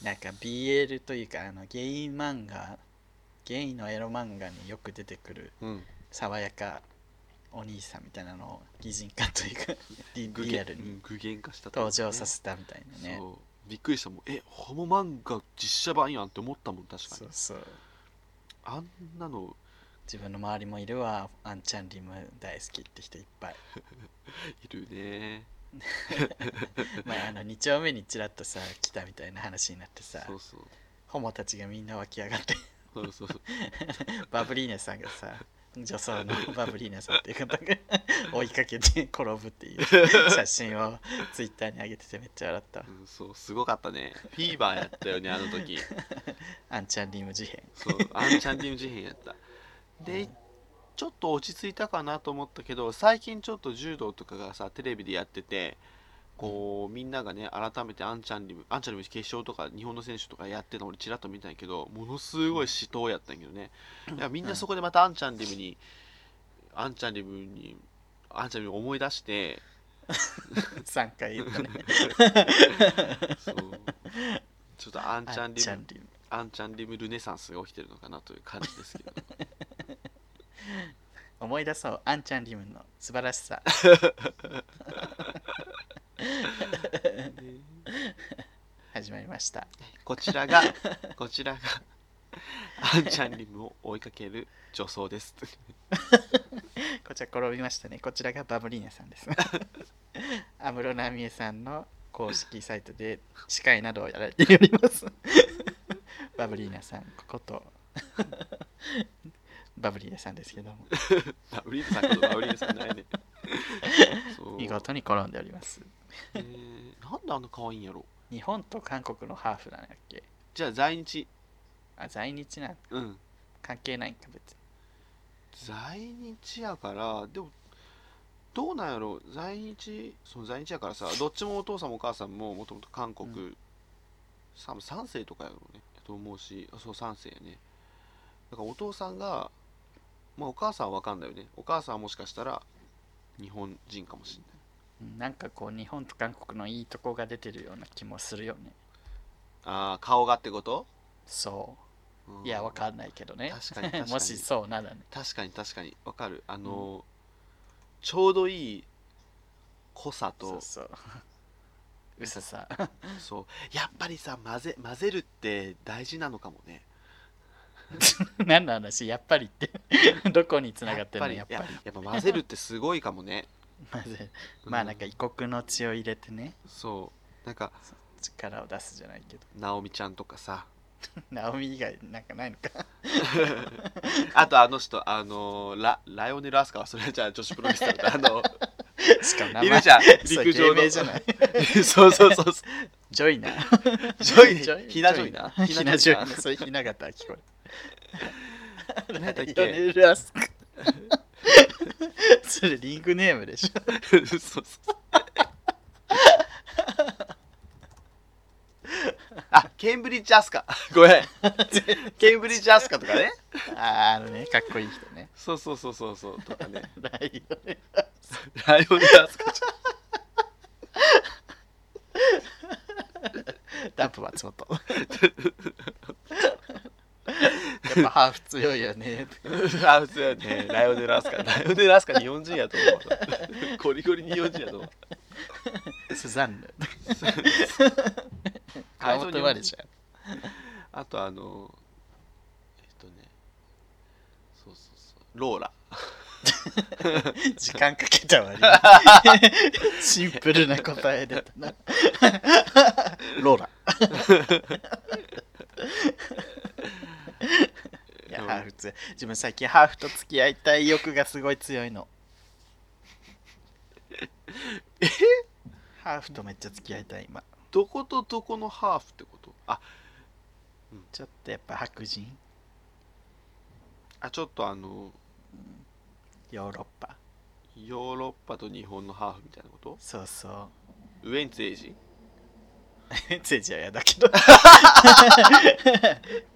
B: なんか BL というかあのゲイ漫画ゲイのエロ漫画によく出てくる
A: うん
B: 爽やかお兄さんみたいなのを擬人化というかリ
A: 具
B: リア
A: 現
B: ルに
A: 具現化したという
B: 登
A: かね
B: 場させたみたいなね
A: そうびっくりしたもんえホモ漫画実写版やんって思ったもん確か
B: そ
A: に
B: うそう
A: あんなの
B: 自分の周りもいるわあんちゃんリム大好きって人いっぱい
A: (laughs) いるね
B: 前あの2丁目にちらっとさ来たみたいな話になってさ
A: そうそう
B: ホモたちがみんな湧き上がって
A: そうそうそう
B: バブリーナさんがさ女
A: (laughs)
B: 装のバブリーナさんっていう方が追いかけて (laughs) 転ぶっていう
A: (laughs)
B: 写真をツイッターに上げててめっちゃ笑ったわ
A: うんそうすごかったねフィーバーやったよねあの時
B: アンチャンリム事変
A: そうアンチャンディム事変やったでちょっと落ち着いたかなと思ったけど最近ちょっと柔道とかがさテレビでやっててこうみんながね改めてアンチャンリムアンチャンリム決勝とか日本の選手とかやってるの俺ちらっと見たんやけどものすごい死闘やったんやけどねだからみんなそこでまたアンチャンリムにアンチャンリムにアンチャンリムを思い出して
B: 3回言ったね
A: そうちょっとアン
B: ア
A: チャン
B: ン
A: リ
B: チャ
A: ム
B: ンリム
A: アンチャンリムルネサンスが起きてるのかなという感じですけど
B: 思い出そうアンチャンリムの素晴らしさ (laughs) 始まりました
A: こちらが、こちらが、アンちゃんリムを追いかける女装です。
B: こちら転びましたねこちらがバブリーナさ
A: (laughs)
B: んです安室奈美恵さんの公式サイトで司会などをやられております
A: (laughs)
B: バブリーナさんこことバブリーナさんですけども
A: バウリーズさんことバウリーズさんないね。そう
B: 見事に転んでおります
A: えーなんであんな可愛いんやろ
B: 日本と韓国のハーフなんだっけ
A: じゃあ在日、
B: あ在日なん
A: うん、
B: 関係ないんか別に
A: 在日やから、でも、どうなんやろ在日、その在日やから
B: (laughs)
A: さ、どっちもお父さんもお母さんももともと韓国、
B: う
A: さ3世とかやろうね、と思うし、あそう3世やね。だからお父さんが、まあお母さんはわかんないよね。お母さんはもしかしたら日本人かもしれない。
B: うんなんかこう日本と韓国のいいとこが出てるような気もするよね
A: ああ、顔がってこと、
B: そ
A: うん
B: ういやわかんないけどね
A: 確かに確かに
B: (laughs) もしそうならね
A: 確かに確かにわかる。あのー、ちょうどいい濃さと、
B: そうそう嘘さ (laughs)
A: そうやっぱりさ混ぜ、混ぜるって大事なのかもね。
B: 何の話やっぱりって (laughs) どこに繋がってるの
A: や
B: や
A: っ
B: っ
A: ぱ
B: ぱ
A: りやっぱ混ぜるってすごい
B: (laughs)
A: かもね
B: りまずまあなんか異国の血を入れてね
A: そうなんか
B: 力を出すじゃないけど (laughs)
A: 直美ちゃんとかさ (laughs)
B: ナオミ以外なんかないのか
A: あとあの人あのーラライオネル・アスカはそれじゃあ女子プロレスラーだあ
B: (laughs)
A: の
B: しかも
A: いるじゃん
B: (laughs) そう
A: 陸上の
B: 芸名じゃない
A: そうそうそうそ
B: ジョイナ (laughs)
A: うジョイひなジョイな
B: ひなジョイナ
A: な
B: そういうひな形聞こえる
A: 何だっけ
B: ライオネルアスカそれリングネームでし (laughs) ょ
A: そうそうあケンブリッジ・アスカごめんケンブリッジ・アスカとかね
B: あーあのねかっこいい人ね
A: そうそうそうそうそうとかね
B: ライオネル
A: ライオネル・アスカ
B: ダンプ松本やっぱハーフ強いよね
A: (laughs) あ、普通やね。ライオネル・アスカ。ライオネル・アスカ日本人やと思う。ゴリゴリ日本人やと思う。
B: スザ (laughs) ンヌ
A: あ
B: 川本までじゃん
A: あと、あの、えっとね、そうそうそう、ローラ。
B: 時間かけたわり (laughs) シンプルな答えだったなローラいや
A: ロー
B: ハ
A: ラ
B: ーフ強い自分最近ハーフと付き合いたい欲がすごい強いのハーフとめっちゃ付き合いたい今
A: どことどこのハーフってことあ、
B: ちょっとやっぱ白人
A: あ、ちょっとあの、
B: ヨーロッパ
A: ヨーロッパと日本のハーフみたいなこと
B: そうそう
A: ウエンツ・エイジ
B: メッセージは嫌だけ (laughs) ど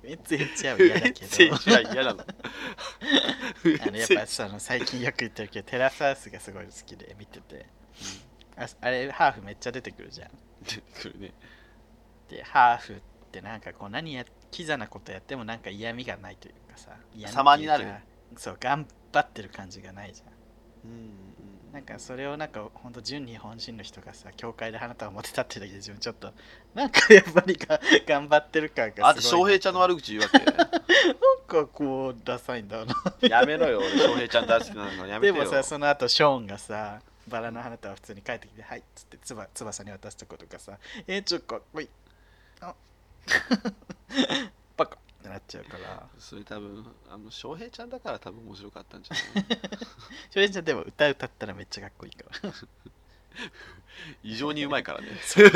B: メッセージは
A: ウ
B: 嫌
A: エ
B: だ
A: ン
B: け
A: ツ・エイ
B: ど
A: ジは嫌なの。ウエン
B: あのやっ
A: ツエイ (laughs)
B: ぱその最近よく言ってるけどテラスハウスがすごい好きで見ててああれハーフめっちゃ出てくるじゃん
A: ジ来るね。
B: でハーフってなんかこう何やキザなことやってもなんか嫌味がないというかさ嫌味
A: 様
B: って
A: に
B: いうか
A: なる
B: そう頑張ってる感じがないじゃ
A: う
B: ん
A: んうん
B: なんかそれをなんかほんと純日本人の人がさ教会で花束を持ってたってだけで自分ちょっとなんかやっぱりが頑張ってる感がすごい
A: あと、翔平ちゃんの悪口言うわ
B: なんかこうダサいんだろうな
A: (laughs) け。やめろよ、俺翔平ちゃん大好きなのやめて
B: で
A: よ。
B: もさその後ショーンがさバラの花束普通に帰ってきて「はい」っつってつば翼に渡すとことかさ「えー、ちょっとかっこいい」あ (laughs) バカってなっちゃうから
A: それ多分あの翔平ちゃんだから多分面白かったんじゃない
B: それじゃでも歌歌ったらめっちゃかっこいいから
A: 異常にうまいからね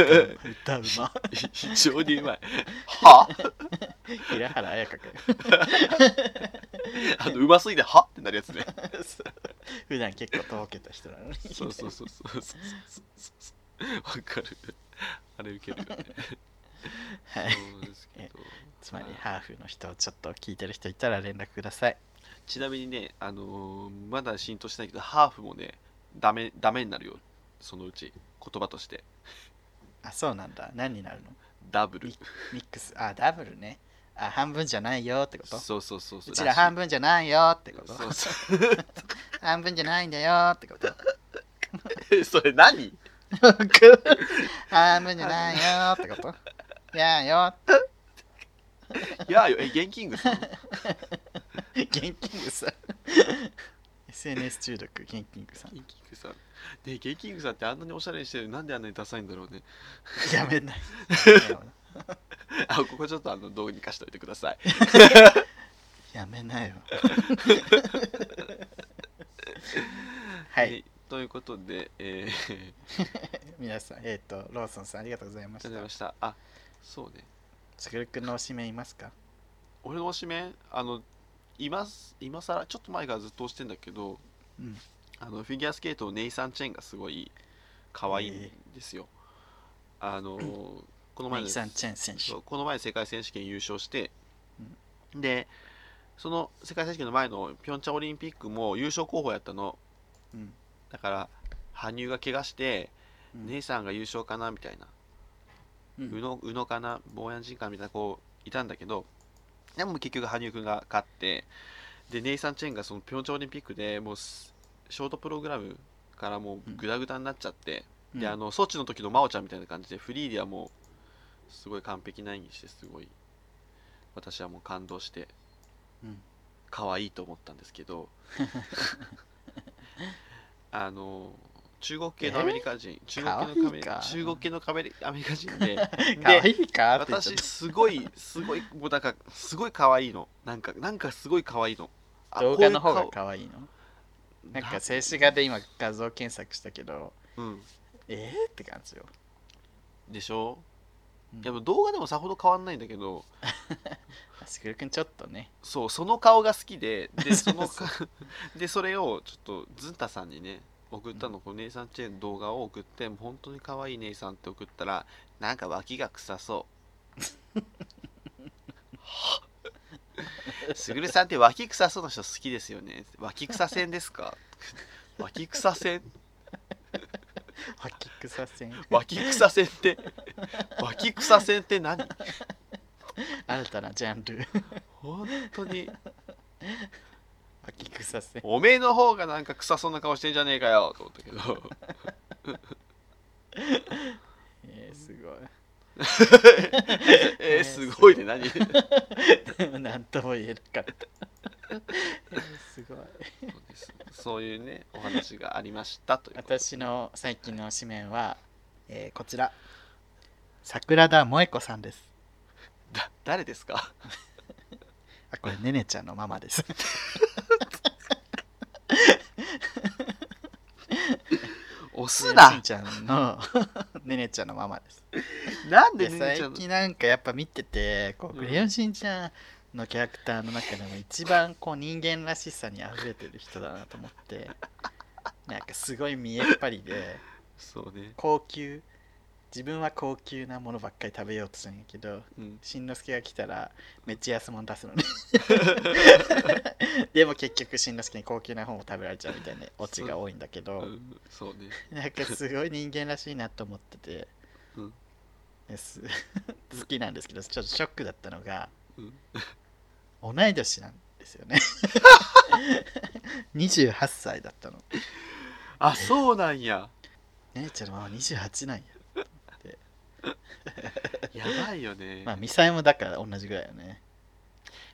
A: (laughs)
B: 歌うま
A: 異常にう (laughs) まいは
B: 平原綾香かよ (laughs)
A: あのうますぎてはってなるやつね
B: 普段結構とぼけた人なのに
A: そうそうそうそうそうそうそうわかるあれ受けるよね
B: はい
A: そうですけど
B: つまりハーフの人をちょっと聞いてる人いたら連絡ください
A: ちなみにねあのーまだ浸透してないけどハーフもねダメダメになるよそのうち言葉として
B: あそうなんだ何になるの
A: ダブル
B: ミックスあダブルねあ半分じゃないよってこと
A: そうそうそうそう
B: うちら半
A: 分
B: 分じゃないよってこと
A: そうそ
B: 半分じゃないんだよってこと。
A: う (laughs) それ何
B: 半分じゃないよってこと。いやーよ。
A: いやよえゲンキン
B: (laughs)
A: グさん
B: 現金グさん。SNS 中毒、現金グさん。
A: ゲイキングさん。ねえゲイキングさんってあんなにおしゃれにしてるのになんであんなにダサいんだろうね。 (laughs)
B: やめない。
A: あ、ここちょっとあのどうにかしておいてください。
B: やめないよ。はい、
A: え。ということで、えー、
B: 皆さん、えっ、と、ローソンさんありがとうございま
A: ありがと
B: し
A: うございまし
B: た。
A: た。あ、そうね。
B: つぐるくんのおしめいますか
A: 俺の推しメン、あの、今す今さら、ちょっと前からずっと推してんだけど、
B: うん
A: あのフィギュアスケートのネイサン・チェンがすごい可愛いんですよ。あの、この前
B: イ
A: の
B: さんチェン選
A: そう
B: 手。
A: この前世界選手権優勝して、でその世界選手権の前のピョンチャンオリンピックも優勝候補やったの
B: うん
A: だから羽生が怪我して、
B: うん
A: 姉さんが優勝かなみたいな、
B: うん
A: 宇野宇野かな坊やん人かみたいな子いたんだけどでも結局羽生君が勝ってでネイサン・チェンがそのピョンチャンオリンピックでもうすショートプログラムからもうグダグダになっちゃって、であのソチの時の真央ちゃんみたいな感じでフリーではもうすごい完璧な演技してすごい私はもう感動して、
B: うん (laughs)
A: 可愛いと思ったんですけどあのち中国系のアメリカ人、中国系のカメ
B: かわいいか
A: 中国系のカメリアメリカ
B: (laughs)
A: 人で
B: かわいいかって言っち
A: 私
B: ゃった
A: すごいすごいもうなんかすごい可愛いのなんかなんかすごい可愛いのあ
B: 動
A: こうい
B: 画
A: う
B: の方が
A: 顔
B: 可愛いのなんか静止画で今画像検索したけど
A: うん
B: えー、って感じよ
A: でしょ、
B: うん
A: でも動画でもさほど変わんないんだけど
B: あすくるくんちょっとね
A: そうその顔が好きで
B: (laughs)
A: で
B: そ
A: そう
B: そう
A: のかでそれをちょっとずんたさんにね送ったの、この姉さんチェーン動画を送ってもう本当に可愛い姉さんって送ったらなんか脇が臭そう
B: (laughs)
A: すぐるさんって脇臭そうな人好きですよね脇臭せんですか脇臭せん
B: 脇草 (laughs) 線
A: 脇臭せんって脇臭せんって何
B: 新たなジャンル
A: 本当に
B: 脇草線
A: おめえの方がなんか臭そうな顔してんじゃねえかよと思ったけど
B: えー、す
A: (laughs) えー、すごいね、何
B: ごい (laughs) なんとも言えなかったえーすごい
A: そういうね、お話がありましたということで
B: 私の最近の紙面は、えーこちら桜田萌子さんです
A: だ誰ですか
B: あこれねねちゃんのママです
A: 押
B: し
A: す
B: ん
A: な
B: ちゃんの (laughs) ねねちゃんのママです
A: なんでね
B: で
A: ね
B: 最
A: ちゃんの
B: 近なんかやっぱ見ててこう
A: う
B: 「
A: ん
B: クレヨンしんちゃん」のキャラクターの中でも一番こう人間らしさにあふれてる人だなと
A: (laughs)
B: 思ってなんかすごい見えっぱりで
A: そうね、
B: 高級自分は高級なものばっかり食べようとするんやけど
A: うん、
B: しんのすけが来たらめっちゃ安物
A: (laughs)
B: 出すのねでも結局しんのすけに高級な本を食べられちゃうみたいなオチが多いんだけど、
A: うんそうね、
B: なんかすごい人間らしいなと思ってて、
A: うん
B: です (laughs) 好きなんですけどちょっとショックだったのが
A: うん
B: 同い年なんですよね (laughs) 28歳だったの
A: あ、そうなんや
B: 姉ちゃんのママ28なんや
A: (laughs) やばいよね、
B: まあミサイもだから同じぐらいよね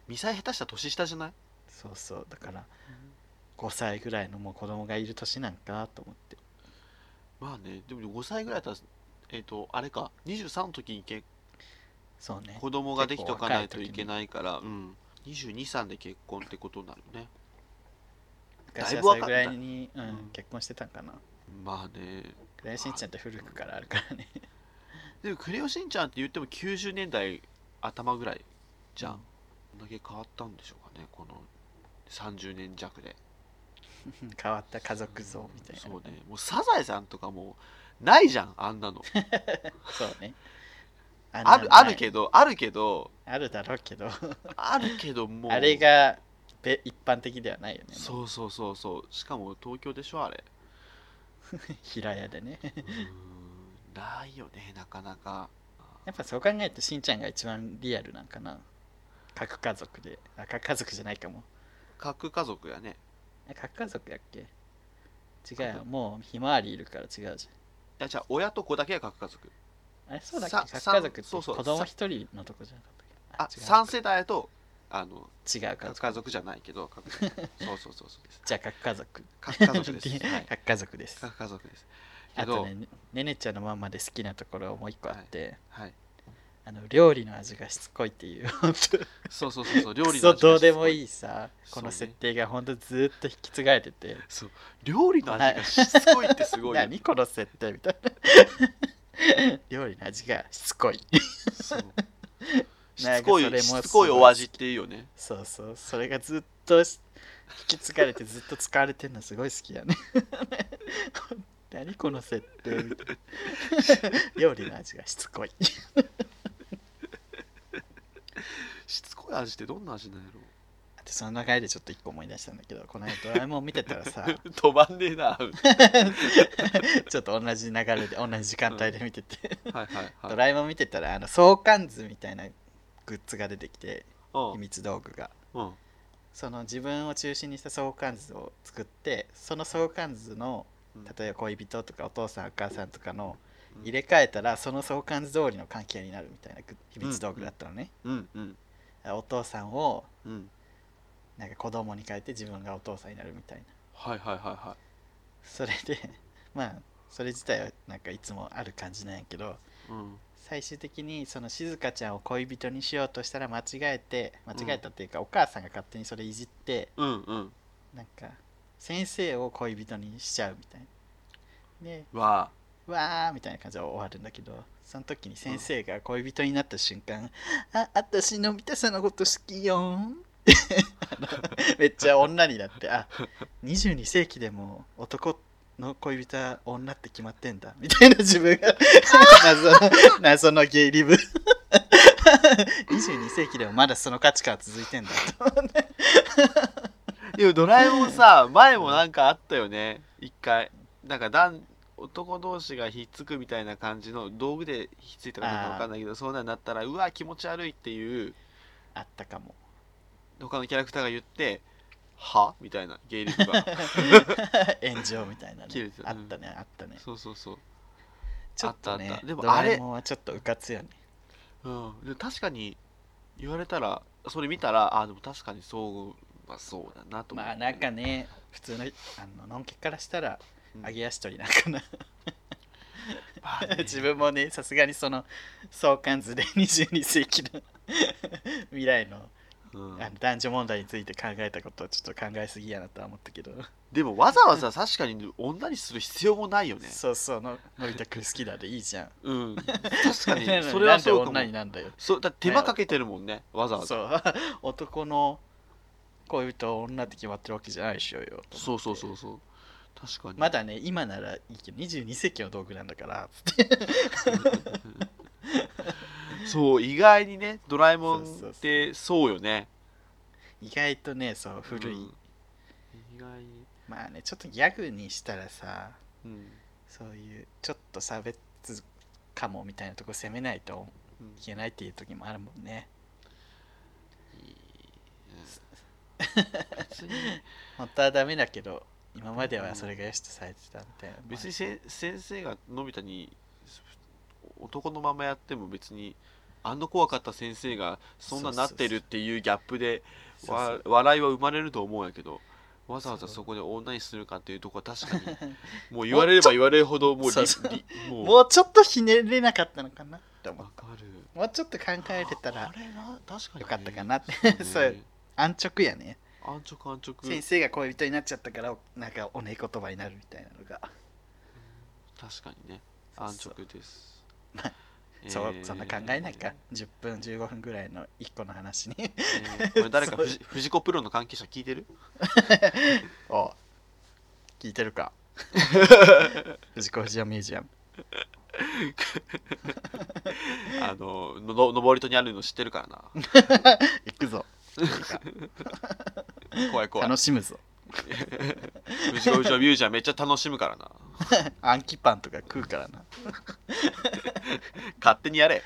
A: ミサイ下手したら年下じゃない
B: そうそうだから5歳ぐらいのもう子供がいる年なんかと思って
A: まあね、でも5歳ぐらいだったらえっ、と、あれか、23の時に結
B: そうね
A: 子供ができておかないと
B: 結構若い時に
A: いけないから、うん、22、3で結婚ってことになるね
B: 昔
A: だい
B: は
A: ぶ
B: そ
A: 若
B: れ
A: かった
B: ぐらいに、うん
A: うん
B: 結婚してたんかな
A: まあね、
B: クレヨンしんちゃんって古くからあるからね
A: でもクレヨンしんちゃんって言っても90年代頭ぐらいじゃん、
B: うん
A: こんだけ変わったんでしょうかねこの30年弱で
B: うん (laughs) 変わった家族像みたいな
A: そうねもうサザエさんとかもうないじゃんあんなの
B: そうね。 (laughs) あんな
A: あ
B: の
A: る
B: ない
A: あるけどあるけど
B: あるだろうけど、
A: あるけどもう
B: あれがべ一般的ではないよね。もう
A: そうそうそうそうしかも東京でしょ
B: (laughs)
A: あれ
B: 平屋でね。 (laughs)
A: うーんないよねなかなか
B: やっぱそう考えるとしんちゃんが一番リアルなんかな。核家族で。あ、核家族じゃないかも。
A: 核家族やね
B: え核家族やっけ違うよ。もうひまわりいるから違うじ
A: いやじゃあ親と子だけが核家族
B: ゃん。あれそうだっ
A: さ
B: け核家族っ
A: さ
B: て子
A: そうそう
B: 供
A: さ
B: 一人のとこじゃなかった
A: あ
B: っけ
A: 三3世代とあの
B: 違う違う家
A: 核
B: 族。
A: 家族じゃないけど核家族そうそうそうそうです
B: じゃあ核家族。
A: 核家族
B: (laughs)
A: です。はい、
B: 核家族です。
A: 核家族です。け
B: あと
A: ど、
B: ね、ねねちゃんのママで好きなところもう一個あって。
A: はい、
B: あの料理の味がしつこいっていう本当
A: そうそうそうそう、料理の
B: ク
A: 味が
B: ソどうで
A: しつこ
B: もいい。さこの
A: そう
B: 設
A: ね
B: 定が本当ずっと引き継がれてて、
A: そう、料理の味がしつこいってすごいよね。
B: 何この設定みたいな料理の味がしつこい
A: そうしつこい、
B: なんかそれも
A: し
B: すごい
A: つこいお味っていいよね。
B: そうそうそれがずっとし引き継がれてずっと使われてるのすごい好きやね何この設定みたいな料理の味がしつこい
A: しつこい味ってどんな味なんやろ (laughs)
B: あとその流れでちょっと一個思い出したんだけどこの間ドラえもん見てたらさ
A: 止まんねえな。はい
B: ちょっと同じ流れで同じ時間帯で見てて
A: はい
B: ド
A: はい。
B: ラえもん見てたらあの相関図みたいなグッズが出てきて
A: うん
B: 秘密道具が
A: うん
B: その自分を中心にした相関図を作ってその相関図の
A: うん
B: 例えば恋人とかお父さんお母さんとかの
A: うん
B: 入れ替えたらその相関図通りの関係になるみたいなグ秘密道具だったのね、
A: うんうん
B: お父さんを
A: うん。
B: なんか子供に変えて自分がお父さんになるみたいな
A: はいはいはいはい。
B: それで (laughs) まあそれ自体はなんかいつもある感じなんやけど
A: うん
B: 最終的にその静香ちゃんを恋人にしようとしたら間違えて間違えたっていうか、お母さんが勝手にそれいじって
A: うんうん
B: なんか先生を恋人にしちゃうみたいな。で
A: わ
B: わーみたいな感じで終わるんだけどその時に先生が恋人になった瞬間「あ私のび太さんのこと好きよーん」 (laughs) ってめっちゃ女になって「あ22世紀でも男の恋人は女って決まってんだ」みたいな自分が謎の謎のゲイリブ (laughs) 22世紀でもまだその価値観は続いてんだと思って
A: あでもドラえもんさ前もなんかあったよね一回なんか男男同士がひっつくみたいな感じの道具でひっついたかどうかわかんないけどそうなんなったらうわ気持ち悪いっていう
B: あった
A: (laughs)
B: かも
A: 他のキャラクターが言ってはみたいなゲイリッ
B: (laughs)
A: クが
B: 炎上みたいな
A: 切れ
B: ね
A: てた
B: あったねあったね
A: そうそうそう
B: ちょっと
A: あったあ
B: ね
A: ったで
B: ド
A: も
B: ラ
A: あれ
B: えもんはちょっとうかつよね
A: うん、で確かに言われたらそれ見たらあでも確かにそうはそうだなと思って
B: まあなんかね普通のあののんけからしたら
A: うん
B: 揚げ足取りなんかな、
A: まあね
B: 自分もねさすがにその相関図で22世紀の (laughs) 未来の
A: うん
B: あの男女問題について考えたことをちょっと考えすぎやなとは思ったけど、
A: でもわざわざ確かに女にする必要もないよね
B: そうそうののび太くん好きだでいいじゃん
A: うん確
B: (laughs)
A: か
B: なの
A: に
B: に
A: それはそうか
B: なんで女
A: も
B: になんだよ
A: そうだって手間かけてるもんねわざわざ
B: そう (laughs) 男の恋人は女って決まってるわけじゃないでしょうよ
A: そうそうそうそう確かに
B: まだね今ならいいけど22世紀の道具なんだから
A: そう意外にねドラえもん
B: そうそうそう
A: ってそうよね
B: 意外とねそう古い、
A: うん意外に
B: まあねちょっとギャグにしたらさ
A: うん
B: そういうちょっと差別かもみたいなとこ攻めないと
A: うん
B: いけないっていう時もあるもんね
A: (laughs) 別に
B: 本当はダメだけど今まではそれが良しとされてたみたいな、
A: 別にせ先生がのび太に男のままやっても別にあの怖かった先生がそんななってるっていうギャップで
B: そうそ
A: わ
B: う
A: 笑いは生まれると思うんやけどわざわざそこで女にするかっていうとこは確
B: (laughs)
A: かにもう言われれば言われるほどもう
B: そう
A: り
B: そう
A: りもう
B: もうちょっとひねれなかったのかなって思う
A: わかる
B: もうちょっと考えてたら
A: あれな確かに、
B: よかったかなって (laughs) そ
A: そうう
B: 安直やね
A: 安直安直
B: 先生が恋人になっちゃったからなんかおねえ言葉になるみたいなのが、
A: 確かにね
B: そ
A: 安
B: う
A: 直です
B: まあそうそんな考えないか10分15分ぐらいの1個の話に
A: えーこれ誰か藤藤子プロの関係者聞いてる
B: お聞いて
A: (laughs)
B: るか藤子不二雄ミュージアム
A: あののの登り戸にあるの知ってるからな
B: 行くぞ
A: 怖い (laughs) 怖い。
B: 楽しむぞ
A: 藤子不二雄ミュージアムめっちゃ楽しむから (laughs) な。
B: アンキパンとか食うからな
A: 勝手にやれ。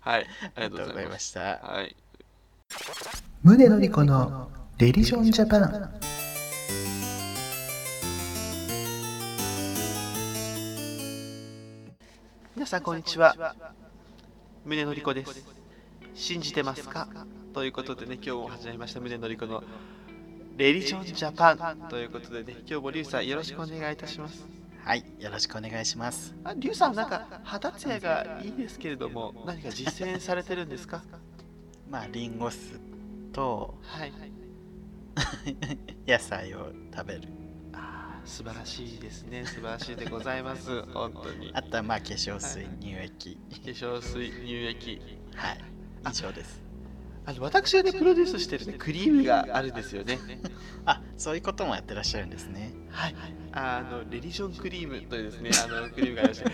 A: はい、あ
B: あ
A: りがとうございます。
B: した
A: はい、
D: 胸のりこのデリジョンジャパン
A: 皆さんこんにちは。胸のりこです。信じてますかということでね、今日も始まりました胸のりこのレリジョンジャパンということでね、今日もリュウさんよろしくお願いいたします。
B: はいよろしくお願いします
A: あリュウさん、なんか肌ツヤがいいですけれども、何か実践されてるんですか
B: まあリンゴ酢と
A: はい、
B: 野菜を食べる
A: あー素晴らしいですね、素晴らしいでございます、本当に。
B: あとはまあ化粧水乳液
A: 化粧水乳液
B: はい以上です
A: あの私がねプロデュースしてるねクリームがあるんですよね
B: あそういうこともやってらっしゃるんですね
A: はいあのレリジョンクリームという (laughs) ですねあのクリームがありまして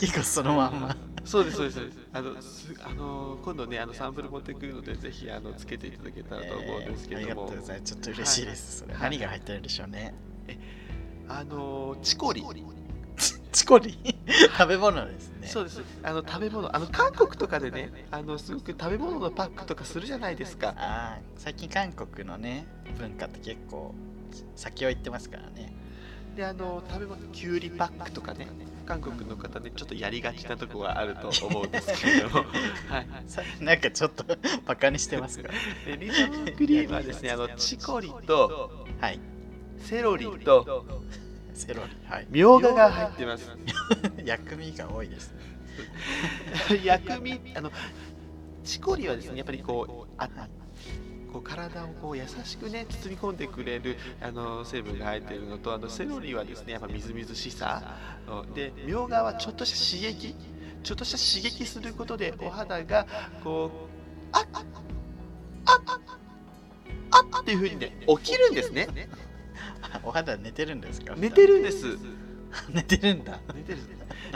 B: 結構そのまんま
A: そうですそうですそうですあのすあの今度ねあのサンプル持ってくるのでぜひあのつけていただけたらと思うんですけ
B: えーあり
A: ど
B: がとう
A: も、
B: ございますちょっと嬉しいです、
A: はい
B: それ何が入ってるんでしょうね
A: あのチコリ
B: チコリ食べ物ですね
A: そうですあの食べ物あの韓国とかでねあのすごく食べ物のパックとかするじゃないですか
B: ああ最近韓国のね文化って結構先を行ってますからね
A: であの食べ物キュウリパックとかね韓国の方ねちょっとやりがちなとこはあると思うんですけれども (laughs) はい
B: さ (laughs) なんかちょっと
A: (laughs)
B: バカにしてますか
A: でリゾンクリームはですねあのチコリと
B: はい
A: セロリと
B: セロリ。はい。 (laughs)
A: みょうがが入ってます
B: 薬味が多いですね。
A: (laughs) 薬味あのチコリはですねやっぱりこうあこう体をこう優しくね包み込んでくれるあの成分が入っているのとあのセロリはですねやっぱみずみずしさうんでみょうがはちょっとした刺激ちょっとした刺激することでお肌がこうあっあっあっあっあっっていう風にね起きるんですね
B: お肌寝てるんですか
A: 寝てるんです
B: (laughs) 寝てる
A: (laughs)
B: んだ。
A: 寝てる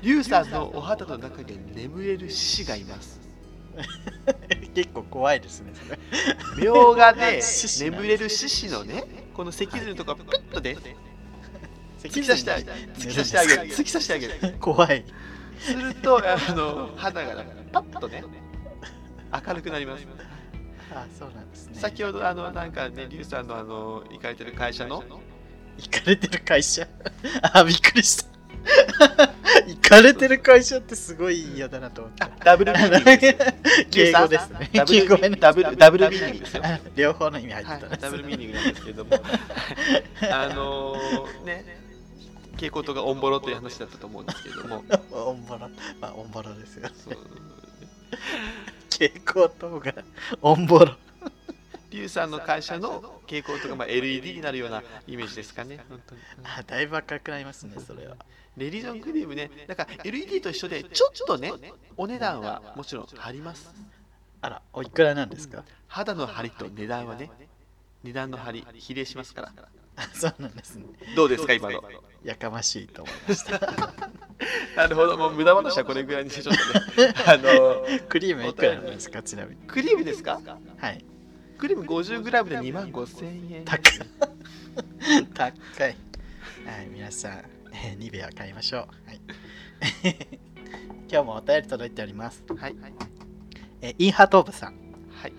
A: リュウさんのお肌の中には眠れる獅子がいます
B: 結構怖いですね。
A: (laughs)
B: それ
A: みょうがで
B: 獅子なんです
A: 眠れる獅子のねこの脊髄のところピュッとね突き刺してあげる突き刺してあげる突き刺してあげる
B: 怖い。 (laughs)
A: するとあの肌がパッとね明るくなります
B: あ、そうなんですね。
A: 先ほどあのなんかねリュウさんのあの行かれてる会社の
B: 行かれてる会社 (laughs) あ、びっくりした。 (laughs) 行かれてる会社ってすごい嫌だなと思った。
A: ダブルミーティングです
B: 敬語ですね。
A: ダブル
B: 敬語ね
A: ダブルダブルミーティングですよ
B: あ (laughs) 両方の意味入ってた
A: はい、
B: ね。
A: ダブルミーニングなんですけれどもあのーね蛍光灯がオンボロという話だったと思うんですけれども
B: オンボロ。まあ、オンボロですよ。
A: そう
B: 蛍光灯がオンボロ。
A: リュウさんの会社の蛍光灯がまあ LED になるようなイメージですかね本当に
B: あ、だいぶ赤くなりますね、それは。
A: レリジョンクリームねなんか LED と一緒でちょっとねお値段はもちろん張ります
B: あら、おいくらなんですか
A: 肌の張りと値段はね値段の張り比例しますから
B: あそうなんですね。
A: どうですか今の
B: やかましいと思いました。
A: なるほどもう無駄話はこれぐらいにしてちょっとねあのー (laughs)
B: クリームいくらなんですか、ちなみに。
A: クリームですか
B: はい。
A: クリーム 50g で2万5000円
B: 高い高いはい皆さん、えーニベア買いましょう、はい、 (laughs) 今日もお便り届いております、
A: はいはい
B: えーインハトーブさん
A: はい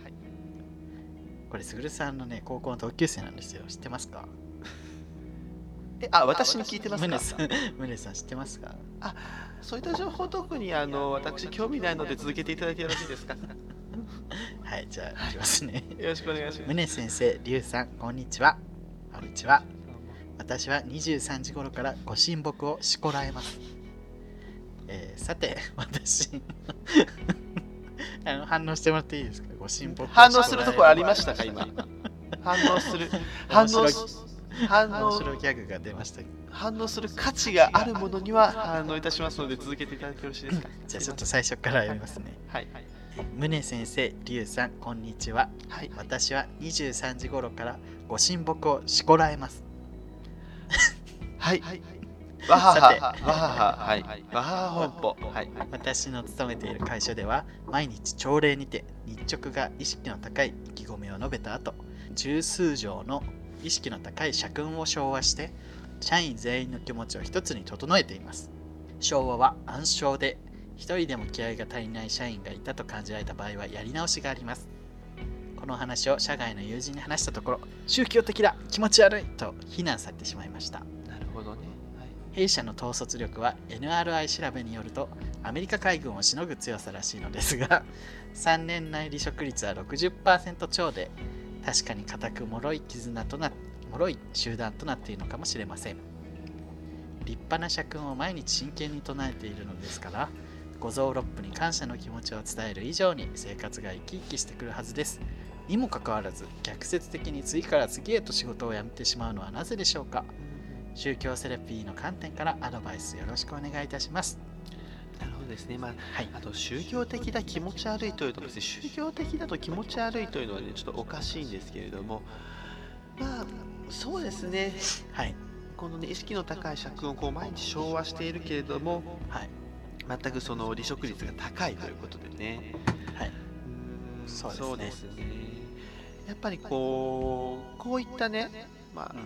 B: これすぐるさんのね高校の同級生なんですよ知ってますか
A: えあ私に聞いてます
B: ムネ
A: か
B: さんムネさん知ってますか
A: そういった情報特にあの私興味ないので続けていただいてよろしいですか (laughs) よ
B: はいじゃあ行きますね
A: ろしくお願いしま
B: ム
A: す
B: ネ先生リュウさんこんにちはこんにちは私は23時頃からご神木をしこらえます、えーさて私あの反応してもらっていいですかご神木を
A: 反応するとこありま
B: し
A: した
B: こら
A: か
B: え
A: 今反応する反
B: 面
A: 応
B: 白い
A: す反
B: 面
A: 応
B: 白いギャグが出ましたけど
A: 反応する価値があるものには反応いたしますので続けていただいてよろしいですか
B: じゃあちょっと最初からやりますね
A: はいはい
B: ムネ先生リュウさんこんにちは
A: はい
B: 私は23時頃からご神木をしこらえます
A: はいわはは
B: さて
A: わはははいわはは本舗はい
B: 私の勤めている会社では毎日朝礼にて日直が意識の高い意気込みを述べた後十数条の意識の高い社訓を昭和して社員全員の気持ちを一つに整えています昭和は暗証で一人でも気合が足りない社員がいたと感じられた場合はやり直しがありますこの話を社外の友人に話したところ宗教的だ気持ち悪いと非難されてしまいました
A: なるほどね
B: 弊社の統率力は NRI 調べによるとアメリカ海軍をしのぐ強さらしいのですが3年内離職率は60%超で確かに固く脆い絆とな脆い集団となっているのかもしれません立派な社訓を毎日真剣に唱えているのですから五臓六腑に感謝の気持ちを伝える以上に生活が生き生きしてくるはずですにもかかわらず逆説的に次から次へと仕事を辞めてしまうのはなぜでしょうか宗教セラピーの観点からアドバイスよろしくお願いいたします。
A: なるほどですねまあ
B: はい。
A: あと宗教的だ気持ち悪いというと別に宗教的だと気持ち悪いというのはねちょっとおかしいんですけれどもまあそうですね
B: はい。
A: このね意識の高い社訓をこう毎日昭和しているけれども
B: はい。
A: 全くその離職率が高いということでね
B: はい。
A: うーん
B: そうですね
A: そうですねやっぱりこうこういったねまあ
B: う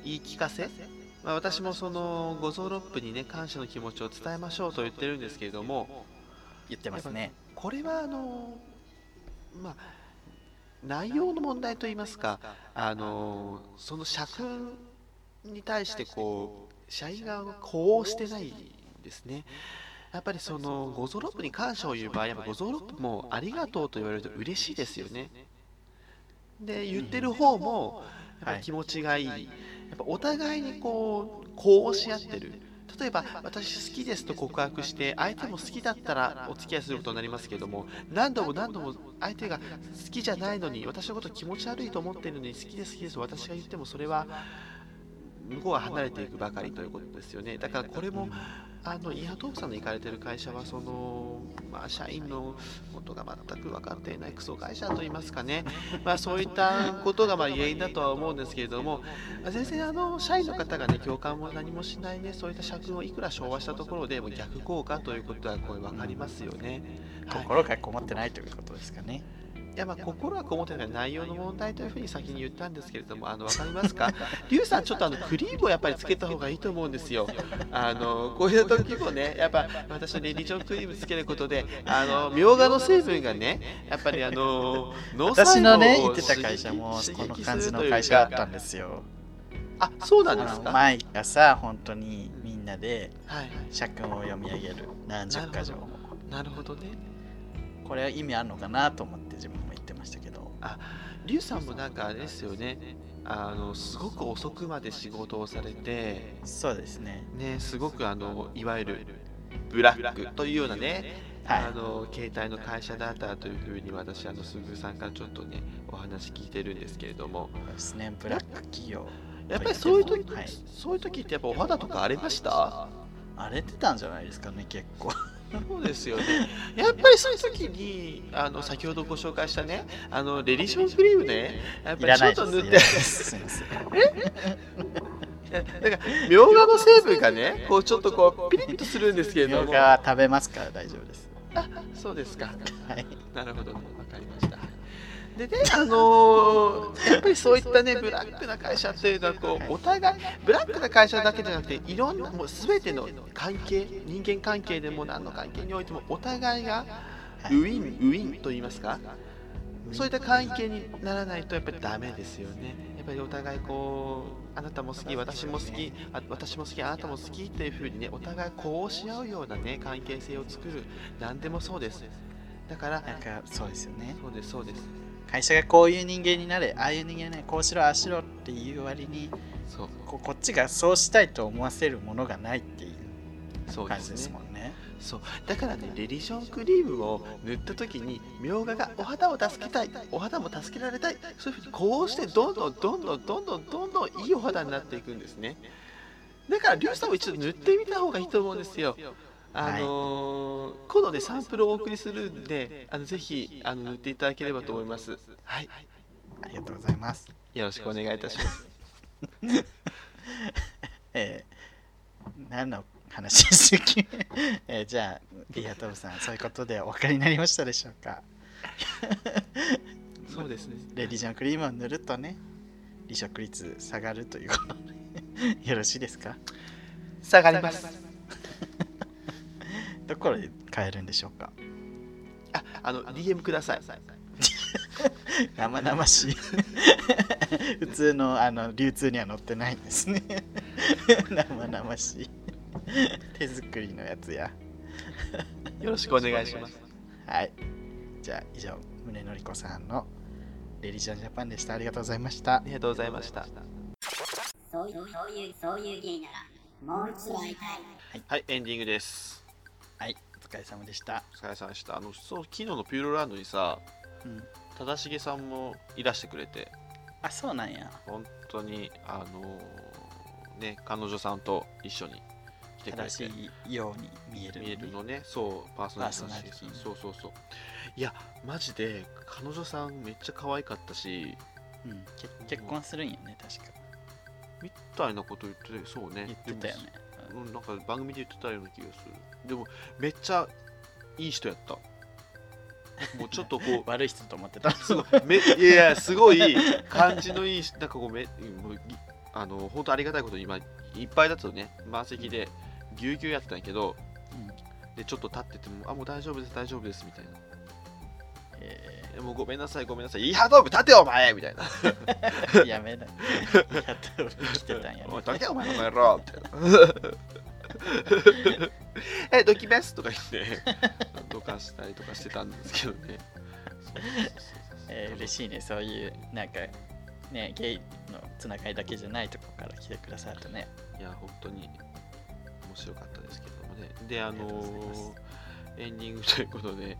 B: ん
A: 言い聞かせまあ、私もその五臓六腑にね感謝の気持ちを伝えましょうと言ってるんですけれども、
B: 言ってますね。
A: これはあのまあ内容の問題といいますかあのその社訓に対してこう社員側が呼応してないですねやっぱりその五臓六腑に感謝を言う場合やっぱ五臓六腑もありがとうと言われると嬉しいですよねで言ってる方もやっぱり気持ちがいい、やっやっぱお互いにこう呼応し合ってる例えば私好きですと告白して相手も好きだったらお付き合いすることになりますけども何度も何度も相手が好きじゃないのに私のこと気持ち悪いと思っているのに好きです好きですと私が言ってもそれは向こうは離れていくばかりということですよねだからこれもあのイヤトークさんの行かれてる会社はその、まあ、社員のことが全く分かっていないクソ会社といいますかね、まあ、そういったことがまあ原因だとは思うんですけれどもまあ全然あの社員の方がね共感も何もしないねそういった社訓をいくら昭和したところでもう逆効果ということはこれ分かりますよね。はい
B: 心がこもってないということですかね。
A: いやまあ心はこもってない内容の問題というふうに先に言ったんですけれども、あの分かります
B: (laughs)
A: か、リュウさん、ちょっとあのクリームをやっぱりつけた方がいいと思うんですよ。あのこういう時もね、やっぱ私ね、リチョンクリームつけることで、あのみょうがの成分がね、やっぱりあの脳
B: 私
A: 細
B: のね、
A: 胞
B: 行
A: を
B: ってた会社も
A: 刺激
B: この
A: 刺激
B: 感
A: す
B: じ
A: ると
B: の
A: いう
B: 会社あっ
A: か、
B: たんですよ。
A: あそうな
B: あ
A: んです
B: の
A: か。
B: マイがさ、本当にみんなで
A: はい、
B: 社訓を読み上げる何十箇条も。
A: なるほどね。
B: これは意味あるのかなと思って自分も言ってましたけど。
A: リュウさんもなんかあれですよね、あのすごく遅くまで仕事をされて、
B: そうですね。
A: ね、すごくあのいわゆるブラックというようなね、あ
B: は
A: の携帯の会社だったというふうに私あのすぐさんからちょっとねお話聞いてるんですけれども
B: い。そうですね。ブラック企業。
A: やっぱりそういう時、
B: はい
A: そういう時ってやっぱお肌とか荒れました
B: 荒れてたんじゃないですかね、結構。
A: そうですよね (laughs) やっぱりそういう時にあの先ほどご紹介したねあのレディションクリームねやっぱ
B: い
A: り
B: ら
A: ち
B: な
A: ょ
B: い
A: っと
B: です。いら
A: 塗
B: な
A: って
B: いですすいません。
A: なんかみょうがの成分がねこうちょっとこうピリッとするんですけれど
B: 動
A: も
B: 画は食べますから大丈夫です。
A: そうですか
B: はい。
A: なるほどね、わかりました。でね、あのーやっぱりそういったね、ブラックな会社っていうのはこう、お互い、ブラックな会社だけじゃなくて、いろんな、もうすべての関係、人間関係でも何の関係においても、お互いがウィン、ウィンと言いますか、そういった関係にならないとやっぱりダメですよね。やっぱりお互いこう、あなたも好き、私も好き、あ私も好き、あなたも好きっていう風にね、お互い呼応し合うようなね、関係性を作る、何でもそうです。だから、
B: なんかそうですよね。
A: そうです、そうです。
B: 会社がこういう人間になれ、ああいう人間になれ、こうしろ、ああしろっていう割に
A: そう、
B: こ、こっちがそうしたいと思わせるものがないっていう
A: そうで
B: 感じですす
A: ね
B: も。んね。
A: そう、だからね、レディションクリームを塗った時に、みょうががお肌を助けたい、お肌も助けられたい、そういうふうにこうして、どんどんどんどんどんどんどんどんいいお肌になっていくんですね。だから、りゅうさんも一度塗ってみた方がいいと思うんですよ。あのー今度ね、サンプルをお送りするんで、あのぜひあの塗っていただければと思います。はい、
B: ありがとうございます。
A: よろしくお願いいたします。
B: えー、何の話でしたっけ、 (laughs) えーじゃあ、リアトムさん、そういうことでお分かりになりましたでしょうか。
A: そうですね。
B: レディジョンクリームを塗るとね、離職率下がるということで、よろしいですか
A: 下がります。
B: どこで買えるんでしょうか
A: あ、あの DM ください。
B: 生々しい (laughs) 普通のあの流通には載ってないんですね (laughs) 生々しい手作りのやつや
A: よろしくお願いします。
B: はいじゃあ以上宗則子さんのレリジョンジャパンでしたありがとうございました
A: ありがとうございました。
E: そういう、そういう、そういう芸なら、もう一度会いたい。
A: はい、エンディングです。
B: はいお疲れ様でした
A: お疲れ様でした。あの、そう、昨日のピューロランドにさ、
B: うん
A: 正成さんもいらしてくれて、
B: あそうなんや
A: 本当に、あのーね、彼女さんと一緒に来てくれ。
B: 正していように見える
A: 見えるのね、そう、パーソナリティの
B: パーソナリティ
A: そうそうそう。いや、マジで、彼女さんめっちゃ可愛かったし、
B: うん、け結婚するんよね確か
A: みたいなこと言ってたそうね。
B: 言ってたよね
A: でも。うん、なんか番組で言ってたような気がする。でも、めっちゃいい人やった。もうちょっとこ
B: (laughs)
A: う、
B: 悪い人と思ってた
A: すごいめいやいやすごい感じのいいしなんかこうめもういあの本当ありがたいことに今いっぱいだとね満席でぎゅうぎゅうやってたんやけど、でちょっと立っててもあもう大丈夫です大丈夫ですみたいな
B: え
A: えもうごめんなさいごめんなさいいいハード部立てよお前みたいな
B: ーや (laughs) めないやっと来てたんやね
A: おいどけお前この野
B: (laughs)
A: 郎みたいなえどきますとか言
B: (laughs)
A: ってどかしたりとかしてたんですけどねそうそうそうそう
B: えー嬉しいねそういうなんかねゲイのつながりだけじゃないとこから来てくださってね
A: いや、本当に面白かったですけどもね。で、あ
B: ありがと
A: の
B: うございます
A: エンディングということで、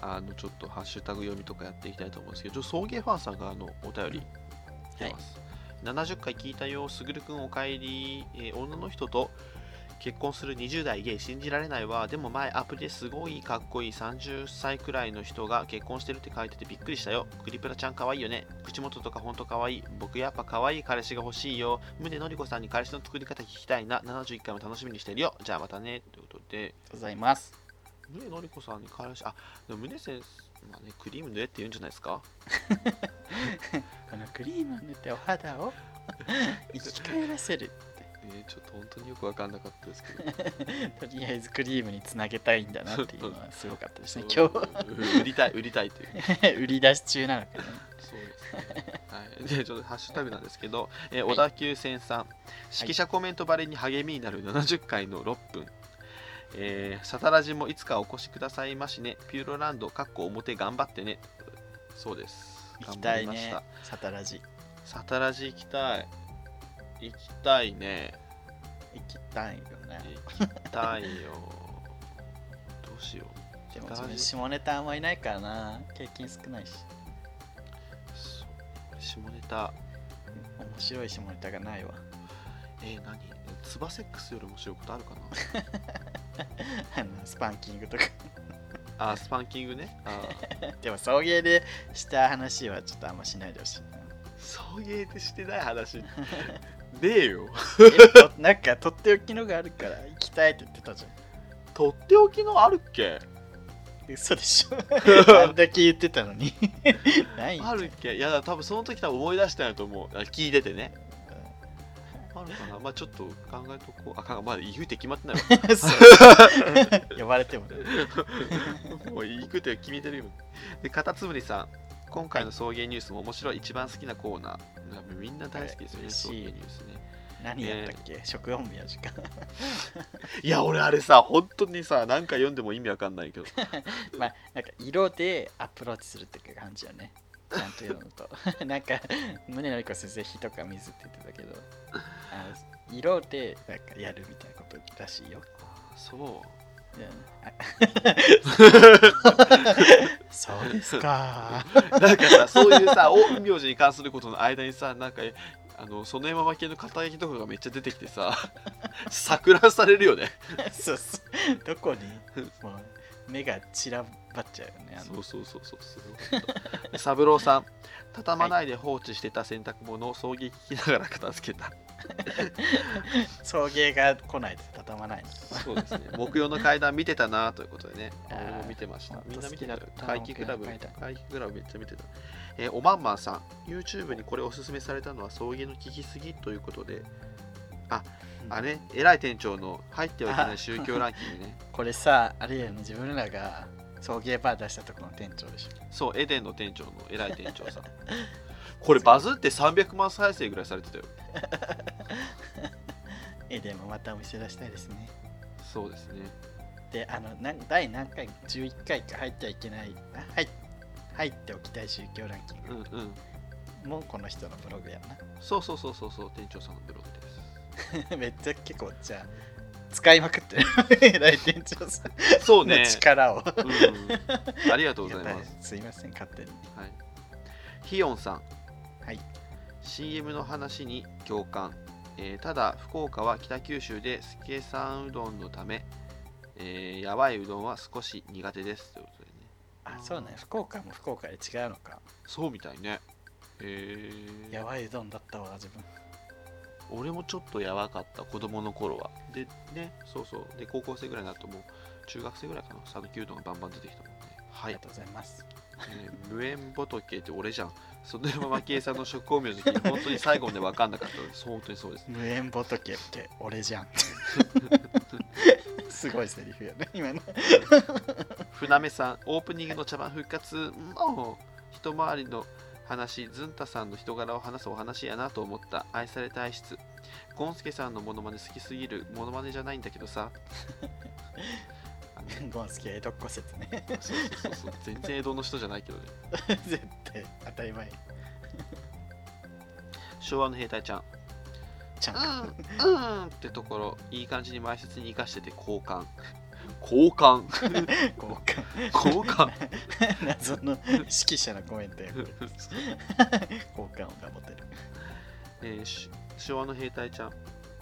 A: あの、ちょっとハッシュタグ読みとかやっていきたいと思うんですけど、ちょっと送迎ファンさんがあのお便り来てます。70回聞いたよ、すぐるくんおかえり、えー女の人と結婚する20代ゲイ信じられないわ。でも前アプリですごいかっこいい30歳くらいの人が結婚してるって書いててびっくりしたよ。クリプラちゃんかわいいよね。口元とかほんとかわいい。僕やっぱかわいい彼氏が欲しいよ。宗のりこさんに彼氏の作り方聞きたいな。71回も楽しみにしてるよ。じゃあまたね。ということで、
B: ございます
A: 宗のりこさんに彼氏、あ、でも宗先生、まあね、クリーム塗れって言うんじゃないですか。
B: このクリームを塗ってお肌
A: (laughs)
B: を生き返らせる
A: えーちょっと本当によくわかんなかったですけど。
B: とりあえずクリームにつなげたいんだなっていうのはすごかったですね
A: そ
B: 今
A: ううん売りたい売りたいという
B: 日売り出し中な
A: (laughs)
B: のかな
A: そうですねはいでちょっとハッシュタグなんですけど、えー小田急線さん指揮者コメントバレに励みになる70回の6分、えーサタラジもいつかお越しくださいましねピューロランドかっこ表頑張ってねそうです
B: 行きたい
A: 頑張り
B: ね
A: まし
B: サタラジ
A: サタラジ行きたい行きたいね
B: 行きたいよね
A: 行きたいよどうしよう
B: でも
A: サタ
B: 自
A: ラジ
B: 分下ネタあんまいないからな経験少ないし
A: そう下ネタ
B: 面白い下ネタがないわ (laughs)
A: えー、何ツバセックスより面白いことあるかな
B: あのスパンキングとか
A: あースパンキングね。
B: (laughs)
A: あー
B: でも送迎でした話はちょっとあんましないでほ
A: (laughs)
B: しいな
A: 送迎ってしてない話。ねえよ。 (laughs)
B: えとなんかとっておきのがあるから行きたいって言ってたじゃん
A: とっておきのあるっけ
B: 嘘
A: (laughs)
B: でしょあんだけ言ってたのに (laughs) ない (laughs)
A: あるっけいや、多分その時多分思い出したんやと思う。あ聞いててね。あるかなまあちょっと考えとこう。あかん、まだ言うて決まってないわ。
B: (laughs) 呼ばれてもね
A: もう行くって決めてるよ。で、カタツムリさん。今回の送迎ニュースも面白い。一番好きなコーナー。みんな大好きですよね、
B: 嬉しい
A: 送迎ニュースね。
B: 何やったっけ、食音部やしか (laughs)
A: いや、俺あれさ、本当にさ、何か読んでも意味わかんない
B: (laughs)
A: けど。
B: まあなんか色でアプローチするって感じよねちゃんと読むと (laughs) なんか胸のりこ先生火とか水って言ってたけどあ色でなんかやるみたいなことらしいよ、
A: あーそう。
B: うんあそうですか
A: なんかさ、そういうさ、陰陽師に関することの間にさ、なんか、あの、その山巻系の肩書きとかがめっちゃ出てきて
B: (laughs)
A: さ、錯乱されるよね。
B: そうそうどこにもう目が散らばっちゃうよねあ
A: そ
B: の
A: うそうそうそうそう。で三郎さん、畳まないで放置してた洗濯物を送迎聞きながら片付けた。
B: 送迎が来ないと畳まないの
A: そうですね。木曜の階段見てたなということでね、
B: あー
A: 俺も見てました
B: ほ。ん
A: みん
B: と
A: な
B: 好
A: 見
B: き
A: て
B: だ
A: た
B: った。
A: 怪奇クラブ、
B: 木曜の階段
A: 怪奇クラブめっちゃ見てた。えーおまんまんさん、YouTube にこれおすすめされたのは送迎の聞きすぎということで、あ、あれ、偉い店長の入ってはいけない宗教ランキングね。
B: これさあれやね自分らが送迎バー出したとこの店長でしょ
A: そう、エデンの店長の偉い店長さん。 (laughs) これバズって300万再生ぐらいされてたよ。
B: えでもまたお店出したいですね
A: そうですね。
B: であのなん第何回11回か入ってはいけないあはい入っておきたい宗教ランキン
A: うん
B: グ、
A: うん。
B: もうこの人のブログや
A: そうそうそうそうそう、店長さんのブログです。
B: な (laughs) めっちゃ結構じゃあ使いまくってる (laughs) 来店長さん
A: (laughs) そう
B: の
A: ね。
B: 力を、
A: うん、ありがとうございます。
B: すいません勝手に
A: はい。ヒヨンさん、
B: はい
A: CM の話に共感、えーただ福岡は北九州でスケさんうどんのため、えーやばいうどんは少し苦手ですということでね
B: あそうね福岡も福岡で違うのか
A: そうみたいねえー
B: やばいうどんだったわ自分
A: 俺もちょっとやばかった子供の頃はでねそうそうで高校生ぐらいになるともう中学生ぐらいかな讃岐うどんがバンバン出てきたもんね
B: あ
A: は
B: り
A: い
B: がとうございます、
A: えー無縁仏って俺じゃん。その山蒔恵さんの職業名の時に本当に最後まで分かんなかったです。本当にそうです。
B: 無縁仏って
A: (laughs)
B: 俺じゃんすごいセリフやね今の
A: 船目さん、オープニングの茶番復活、もう一回りの話、ずんたさんの人柄を話すお話やなと思った。愛され体質。ゴンスケさんのモノマネ好きすぎる。モノマネじゃないんだけど (laughs) さ。あの
B: ゴンスケ江戸っ子説ね
A: そうそうそうそう全然江戸の人じゃないけどね。
B: 絶対当たり前
A: 昭和の兵隊ちゃん
B: ちゃん
A: うんうんってところいい感じに前説に生かしてて交換交換
B: 交
A: (laughs)
B: 換
A: 交換
B: 謎の指揮者のコメントやこれ交換を頑張ってる
A: えーし昭和の兵隊ちゃん、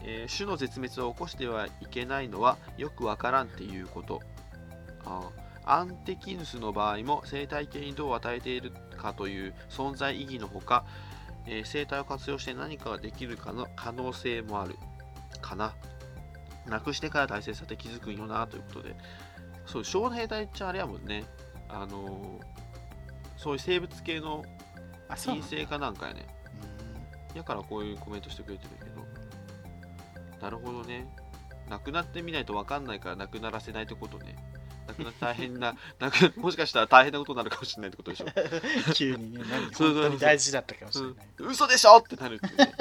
A: えー種の絶滅を起こしてはいけないのはよくわからんっていうことあーアンテキヌスの場合も生態系にどう与えているかという存在意義のほか、えー生態を活用して何かができるかの可能性もあるかななくしてから大切さって気づくんよなということでそう昭和の兵隊っちゃあれやもんねあのーそういう生物系の
B: あそ
A: 陰
B: うなんだ
A: 性かなんかやね
B: う
A: やからこういうコメントしてくれてるけど。なるほどね。なくなってみないとわかんないからなくならせないってことね。なくなって大変
B: (laughs)
A: な、なくなもしかしたら大変なことになるかもしれないってことでしょ。
B: ーん (laughs) 急にね
A: そうそう
B: 何
A: そう
B: 本当に大事だったかもしれない
A: うん、嘘でしょってなるって
B: (laughs)
A: いうね。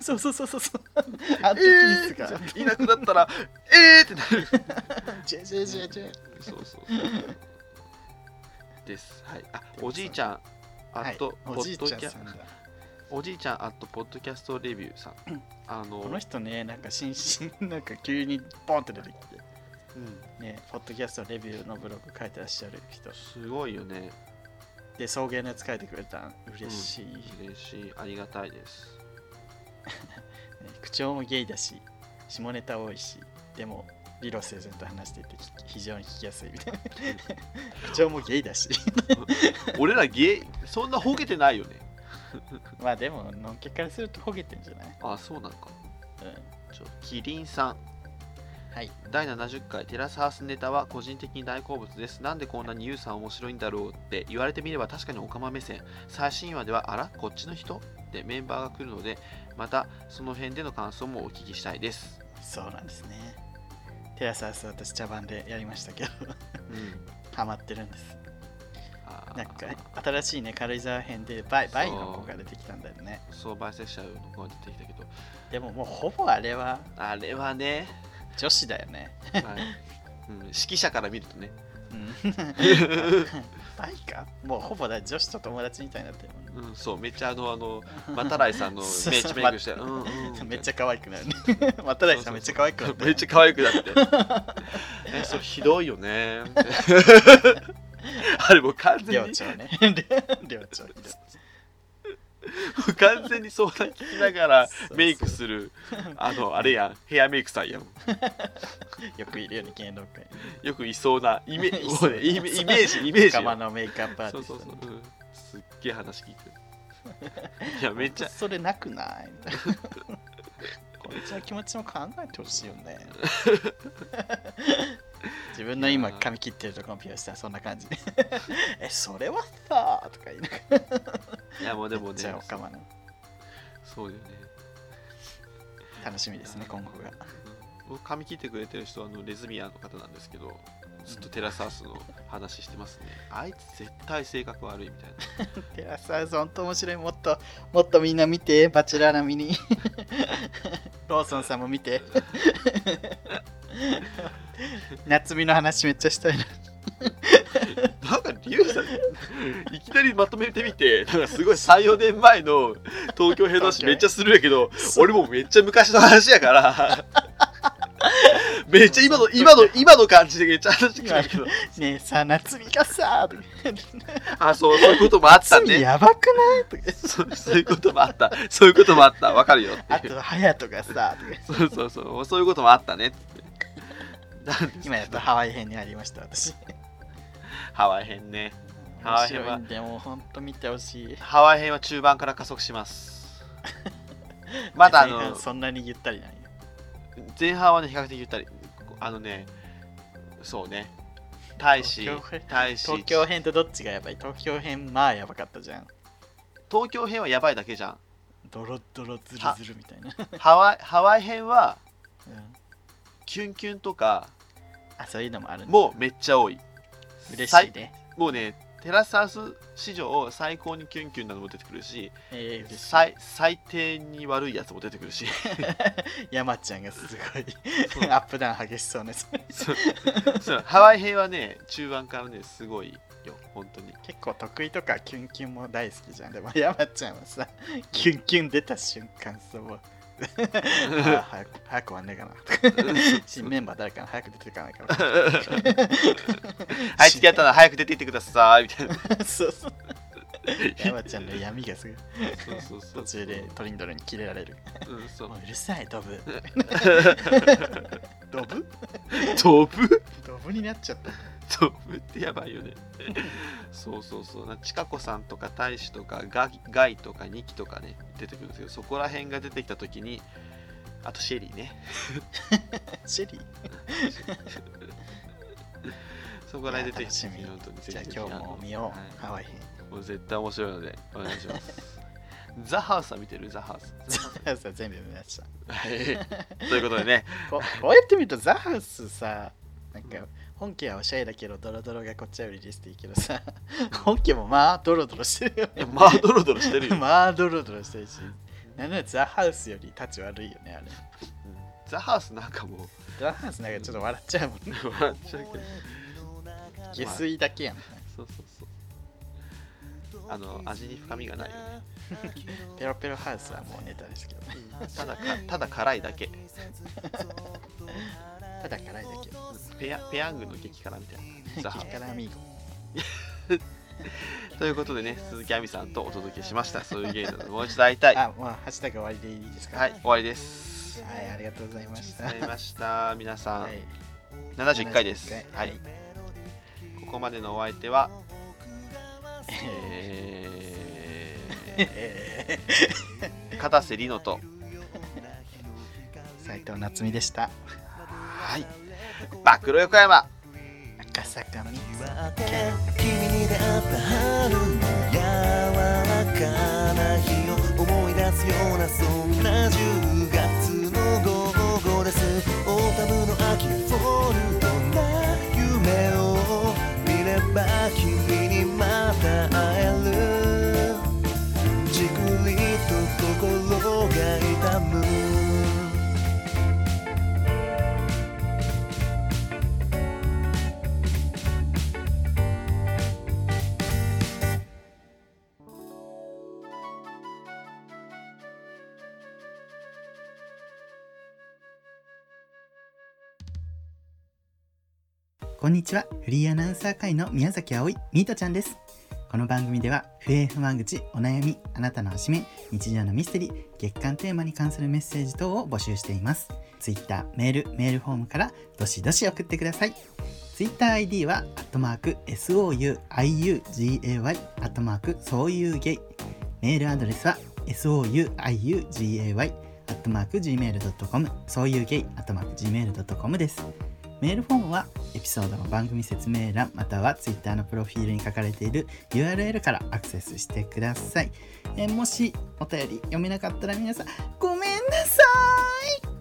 B: そうそうそうそうそうアンテキ
A: え
B: リス
A: ー
B: が
A: いなくなったら、えーってなる。
B: ジェジェジェジェ
A: そうそうそう。です。はい。あ、おじいちゃん、あ
B: はい
A: と、ポ
B: おじ
A: ッ
B: い
A: ド
B: ち
A: キ
B: ゃん
A: ャ
B: さんだ
A: おじいちゃん、あと、ポッドキャストレビュー
B: (clears throat)
A: さん。あの、
B: この人ねなんか新進なんか急にポンって出てきて
A: うん、
B: ねポッドキャストレビューのブログ書いてらっしゃる人
A: すごいよね。
B: で送迎のやつ書いてくれたん嬉しい、
A: 嬉しい。ありがたいです。
B: ね口調もゲイだし下ネタ多いしでも理路整然と話していて聞き非常に聞きやすいみたいな (laughs) 口調もゲイだし (laughs)
A: (laughs) 俺らゲイそんなほげてないよね
B: まあでものんけからするとほげてんじゃない、
A: あそうなのか
B: うん、
A: ちょキリンさん
B: はい
A: 第70回テラスハウスネタは個人的に大好物ですなんでこんなにユウさん面白いんだろうって言われてみれば確かにオカマ目線最新話ではあらこっちの人ってメンバーが来るのでまたその辺での感想もお聞きしたいです
B: そうなんですねテラスハウス私茶番でやりましたけど (laughs)
A: うん
B: ハマってるんです
A: あー
B: なんか新しいね軽井沢編でバイバイの子が出てきたんだよね
A: そうバイセクシャルの子が出てきたけど
B: でももうほぼあれは
A: あれはね、
B: 女子だよね、
A: はいうん、指揮者から見るとね
B: うん (laughs) バイかもうほぼだ女子と友達みたいになってるもんね
A: うん、そう、めっちゃあの、あ
B: (laughs)
A: の、マタライさんのメ
B: そう
A: イチメイクして、
B: (laughs)
A: うんうんうん、
B: めっちゃ可愛くなるね。 (laughs) またらいさんめっちゃ可愛くなる、ね。
A: (laughs) めっちゃ可愛くな
B: (laughs)
A: って。え、それひどいよね。あれもう完全
B: 寮
A: に、
B: 長ね。 (laughs) 寮長
A: 完全に相談聞きながら
B: そうそう
A: メイクする、あ
B: (laughs)
A: の、あれやん、ヘアメイクさんやん。
B: よくいるよね、芸能界。
A: よくいそうな、イメ
B: い (laughs) そ
A: もう
B: うな
A: ねイメイメージ、イメージ
B: 釜
A: よ。
B: のメイクアップアーテ
A: そ
B: ィ
A: う
B: ス
A: そう
B: トね。
A: そう、うん。すっげえ話
B: (laughs)
A: 聞いてる。いや、めっちゃ、
B: それなくないみたいな。こいつの気持ちも考えてほしいよ
A: (laughs)
B: ね。自分の今髪切ってるとこのピアスしたらそんな
A: (laughs)
B: 感じ。え、それはさとか言いながら。
A: いやもうでも
B: じゃ
A: ね
B: あ、お、かまの
A: そうだよね。
B: 楽しみですね、今後が。
A: 僕髪切ってくれてる人はあのレズビアンの方なんですけどずっとテラスハウスの話してますねあいつ絶対性格悪いみたいな
B: テラスハウス本当面白いもっともっとみんな見てバチェラー並みにローソンさんも
A: (laughs)
B: 見て夏美の話めっちゃしたいな
A: なん (laughs) かリュウさんいきなりまとめてみてなんかすごい34年前の東京ヘドシめっちゃするやけど俺もうめっちゃ昔の話やから (laughs) めっちゃ今の今の今の感じでめっちゃ話してくるけ
B: (laughs)
A: ど
B: ねえさ夏美がさ
A: あそうそういうこともあった
B: 夏美
A: ね
B: やばくないとか
A: そうそういうこともあったそういうこともあったわかるよっていう
B: あと隼人が
A: (laughs)
B: さとか
A: そうそうそう、そういうこともあったねって。なんです
B: 今やっとハワイ編にありました私
A: ハワイ編ね。ハワ
B: 面
A: イ編
B: 白
A: はい
B: んでもうほんと見てほしい
A: ハワイ編は中盤から加速します。
B: (laughs)
A: まだあ
B: 前
A: の
B: 半そんなにゆったりない
A: 前半はね比較的ゆったり、あのね、そうね、大使
B: 東京編、
A: 大使、
B: 東京編とどっちがやばい東京編まあやばかったじゃん
A: 東京編はやばいだけじゃ
B: ドロッドロズルズルみたいな、
A: ん。ハワイ (laughs) ハワイ編は
B: うん
A: キュンキュンとか
B: あそういうのもあるんだ
A: もうめっちゃ多い。
B: 嬉し
A: 最
B: いね。
A: もうね、テラスハウス史上最高にキュンキュンなのも出てくるし、
B: えー、嬉しい。
A: 最最低に悪いやつも出てくるし。
B: 山ちゃんがすごい (laughs)
A: そう
B: アップダウン激しそうね。それ
A: そうそうハワイ編はね中盤からねすごいよ本
B: (laughs)
A: 当に
B: 結構得意とかキュンキュンも大好きじゃんでも山ちゃんはさ (laughs) キュンキュン出た瞬間そう (laughs) あ早く早く終わんねえかな
A: (laughs)
B: 新メンバー誰かな早く出てかないから
A: はい付き合ったら早く出て行ってくださいみたいな
B: (laughs) そうそう山ちゃんの闇がすごい
A: そうそうそ
B: 途
A: う
B: 中でトリンドルに切れられる
A: うんそう
B: もううるさいドブドブ
A: 飛ぶ
B: ドブになっちゃった
A: 飛ぶってやばいよねそうそうそうなちかこさんとか大使とかガガイとかニキとかね出てくるんですけどそこら辺が出てきた時にあとシェリーね
B: シェリー
A: そこら辺出てきた時
B: いや楽しみ
A: 本当に
B: じゃあ
A: ぜひぜひ
B: 今日も見よ
A: あの
B: うハワ (laughs) イ
A: はいもう絶対面白いのでお願いしますザハウスは見てるザハウス
B: (laughs) ザウスは全部見ました
A: はいということでね
B: ここうやって見るとザハウスさなんか本家はおしゃれだけどドロドロがこっちはリリースでいいけどさ本家もまあドロドロしてるよ
A: い
B: ね
A: や
B: (laughs)
A: まあドロドロしてるよ
B: まあドロドロしてるしなんならザハウスより立ち悪いよねあれ
A: ザハウスなんかもう
B: ザハウスなんかちょっと笑っちゃうもんね
A: (laughs) 笑っちゃうけど
B: 下水だけやん、
A: そうそうそうあの味に深みがないよね
B: ペロペロハウスはもうネタですけどね
A: ただかただ辛いだけ
B: ただ辛いだけ
A: ペヤペヤングの激辛みたいな
B: (laughs)
A: ザハウ
B: 激辛ミーゴ
A: スということでね鈴木亜美さんとお届けしましたそういう芸なのでもう一度会いたいは
B: あまあハッシュタグ終わりでいいですか
A: い終わりです
B: はいありがとうございました
A: ありました皆さん
B: はい
A: 71回ですは
B: はいい
A: ここまでのお相手
B: (laughs)
A: は
B: え
A: え
B: ーえー
A: ー片瀬里乃と
B: 斉藤夏実でした
A: はい暴露横山
B: 赤坂み
F: 君に出会った春の柔らかな日を思い出すようなそんな10月の午後ですオータムの秋フォルトな夢を見れば君にまた会えるじくりと心が痛む
G: こんにちは。フリーアナウンサー会の宮崎葵、ミートちゃんです。この番組では、不平不満口、お悩み、あなたのおしめ、日常のミステリー、月間テーマに関するメッセージ等を募集しています。Twitter、メール、メールフォームから、どしどし送ってください。TwitterID は、アットマーク、souiugay、アットマーク、そういうゲイ。メールアドレスは、souiugay、アットマーク、gmail.com、そういうゲイ、アットマーク、gmail.com です。メールフォームはエピソードの番組説明欄または Twitter のプロフィールに書かれている URL からアクセスしてください。えーもしお便り読めなかったら皆さんごめんなさい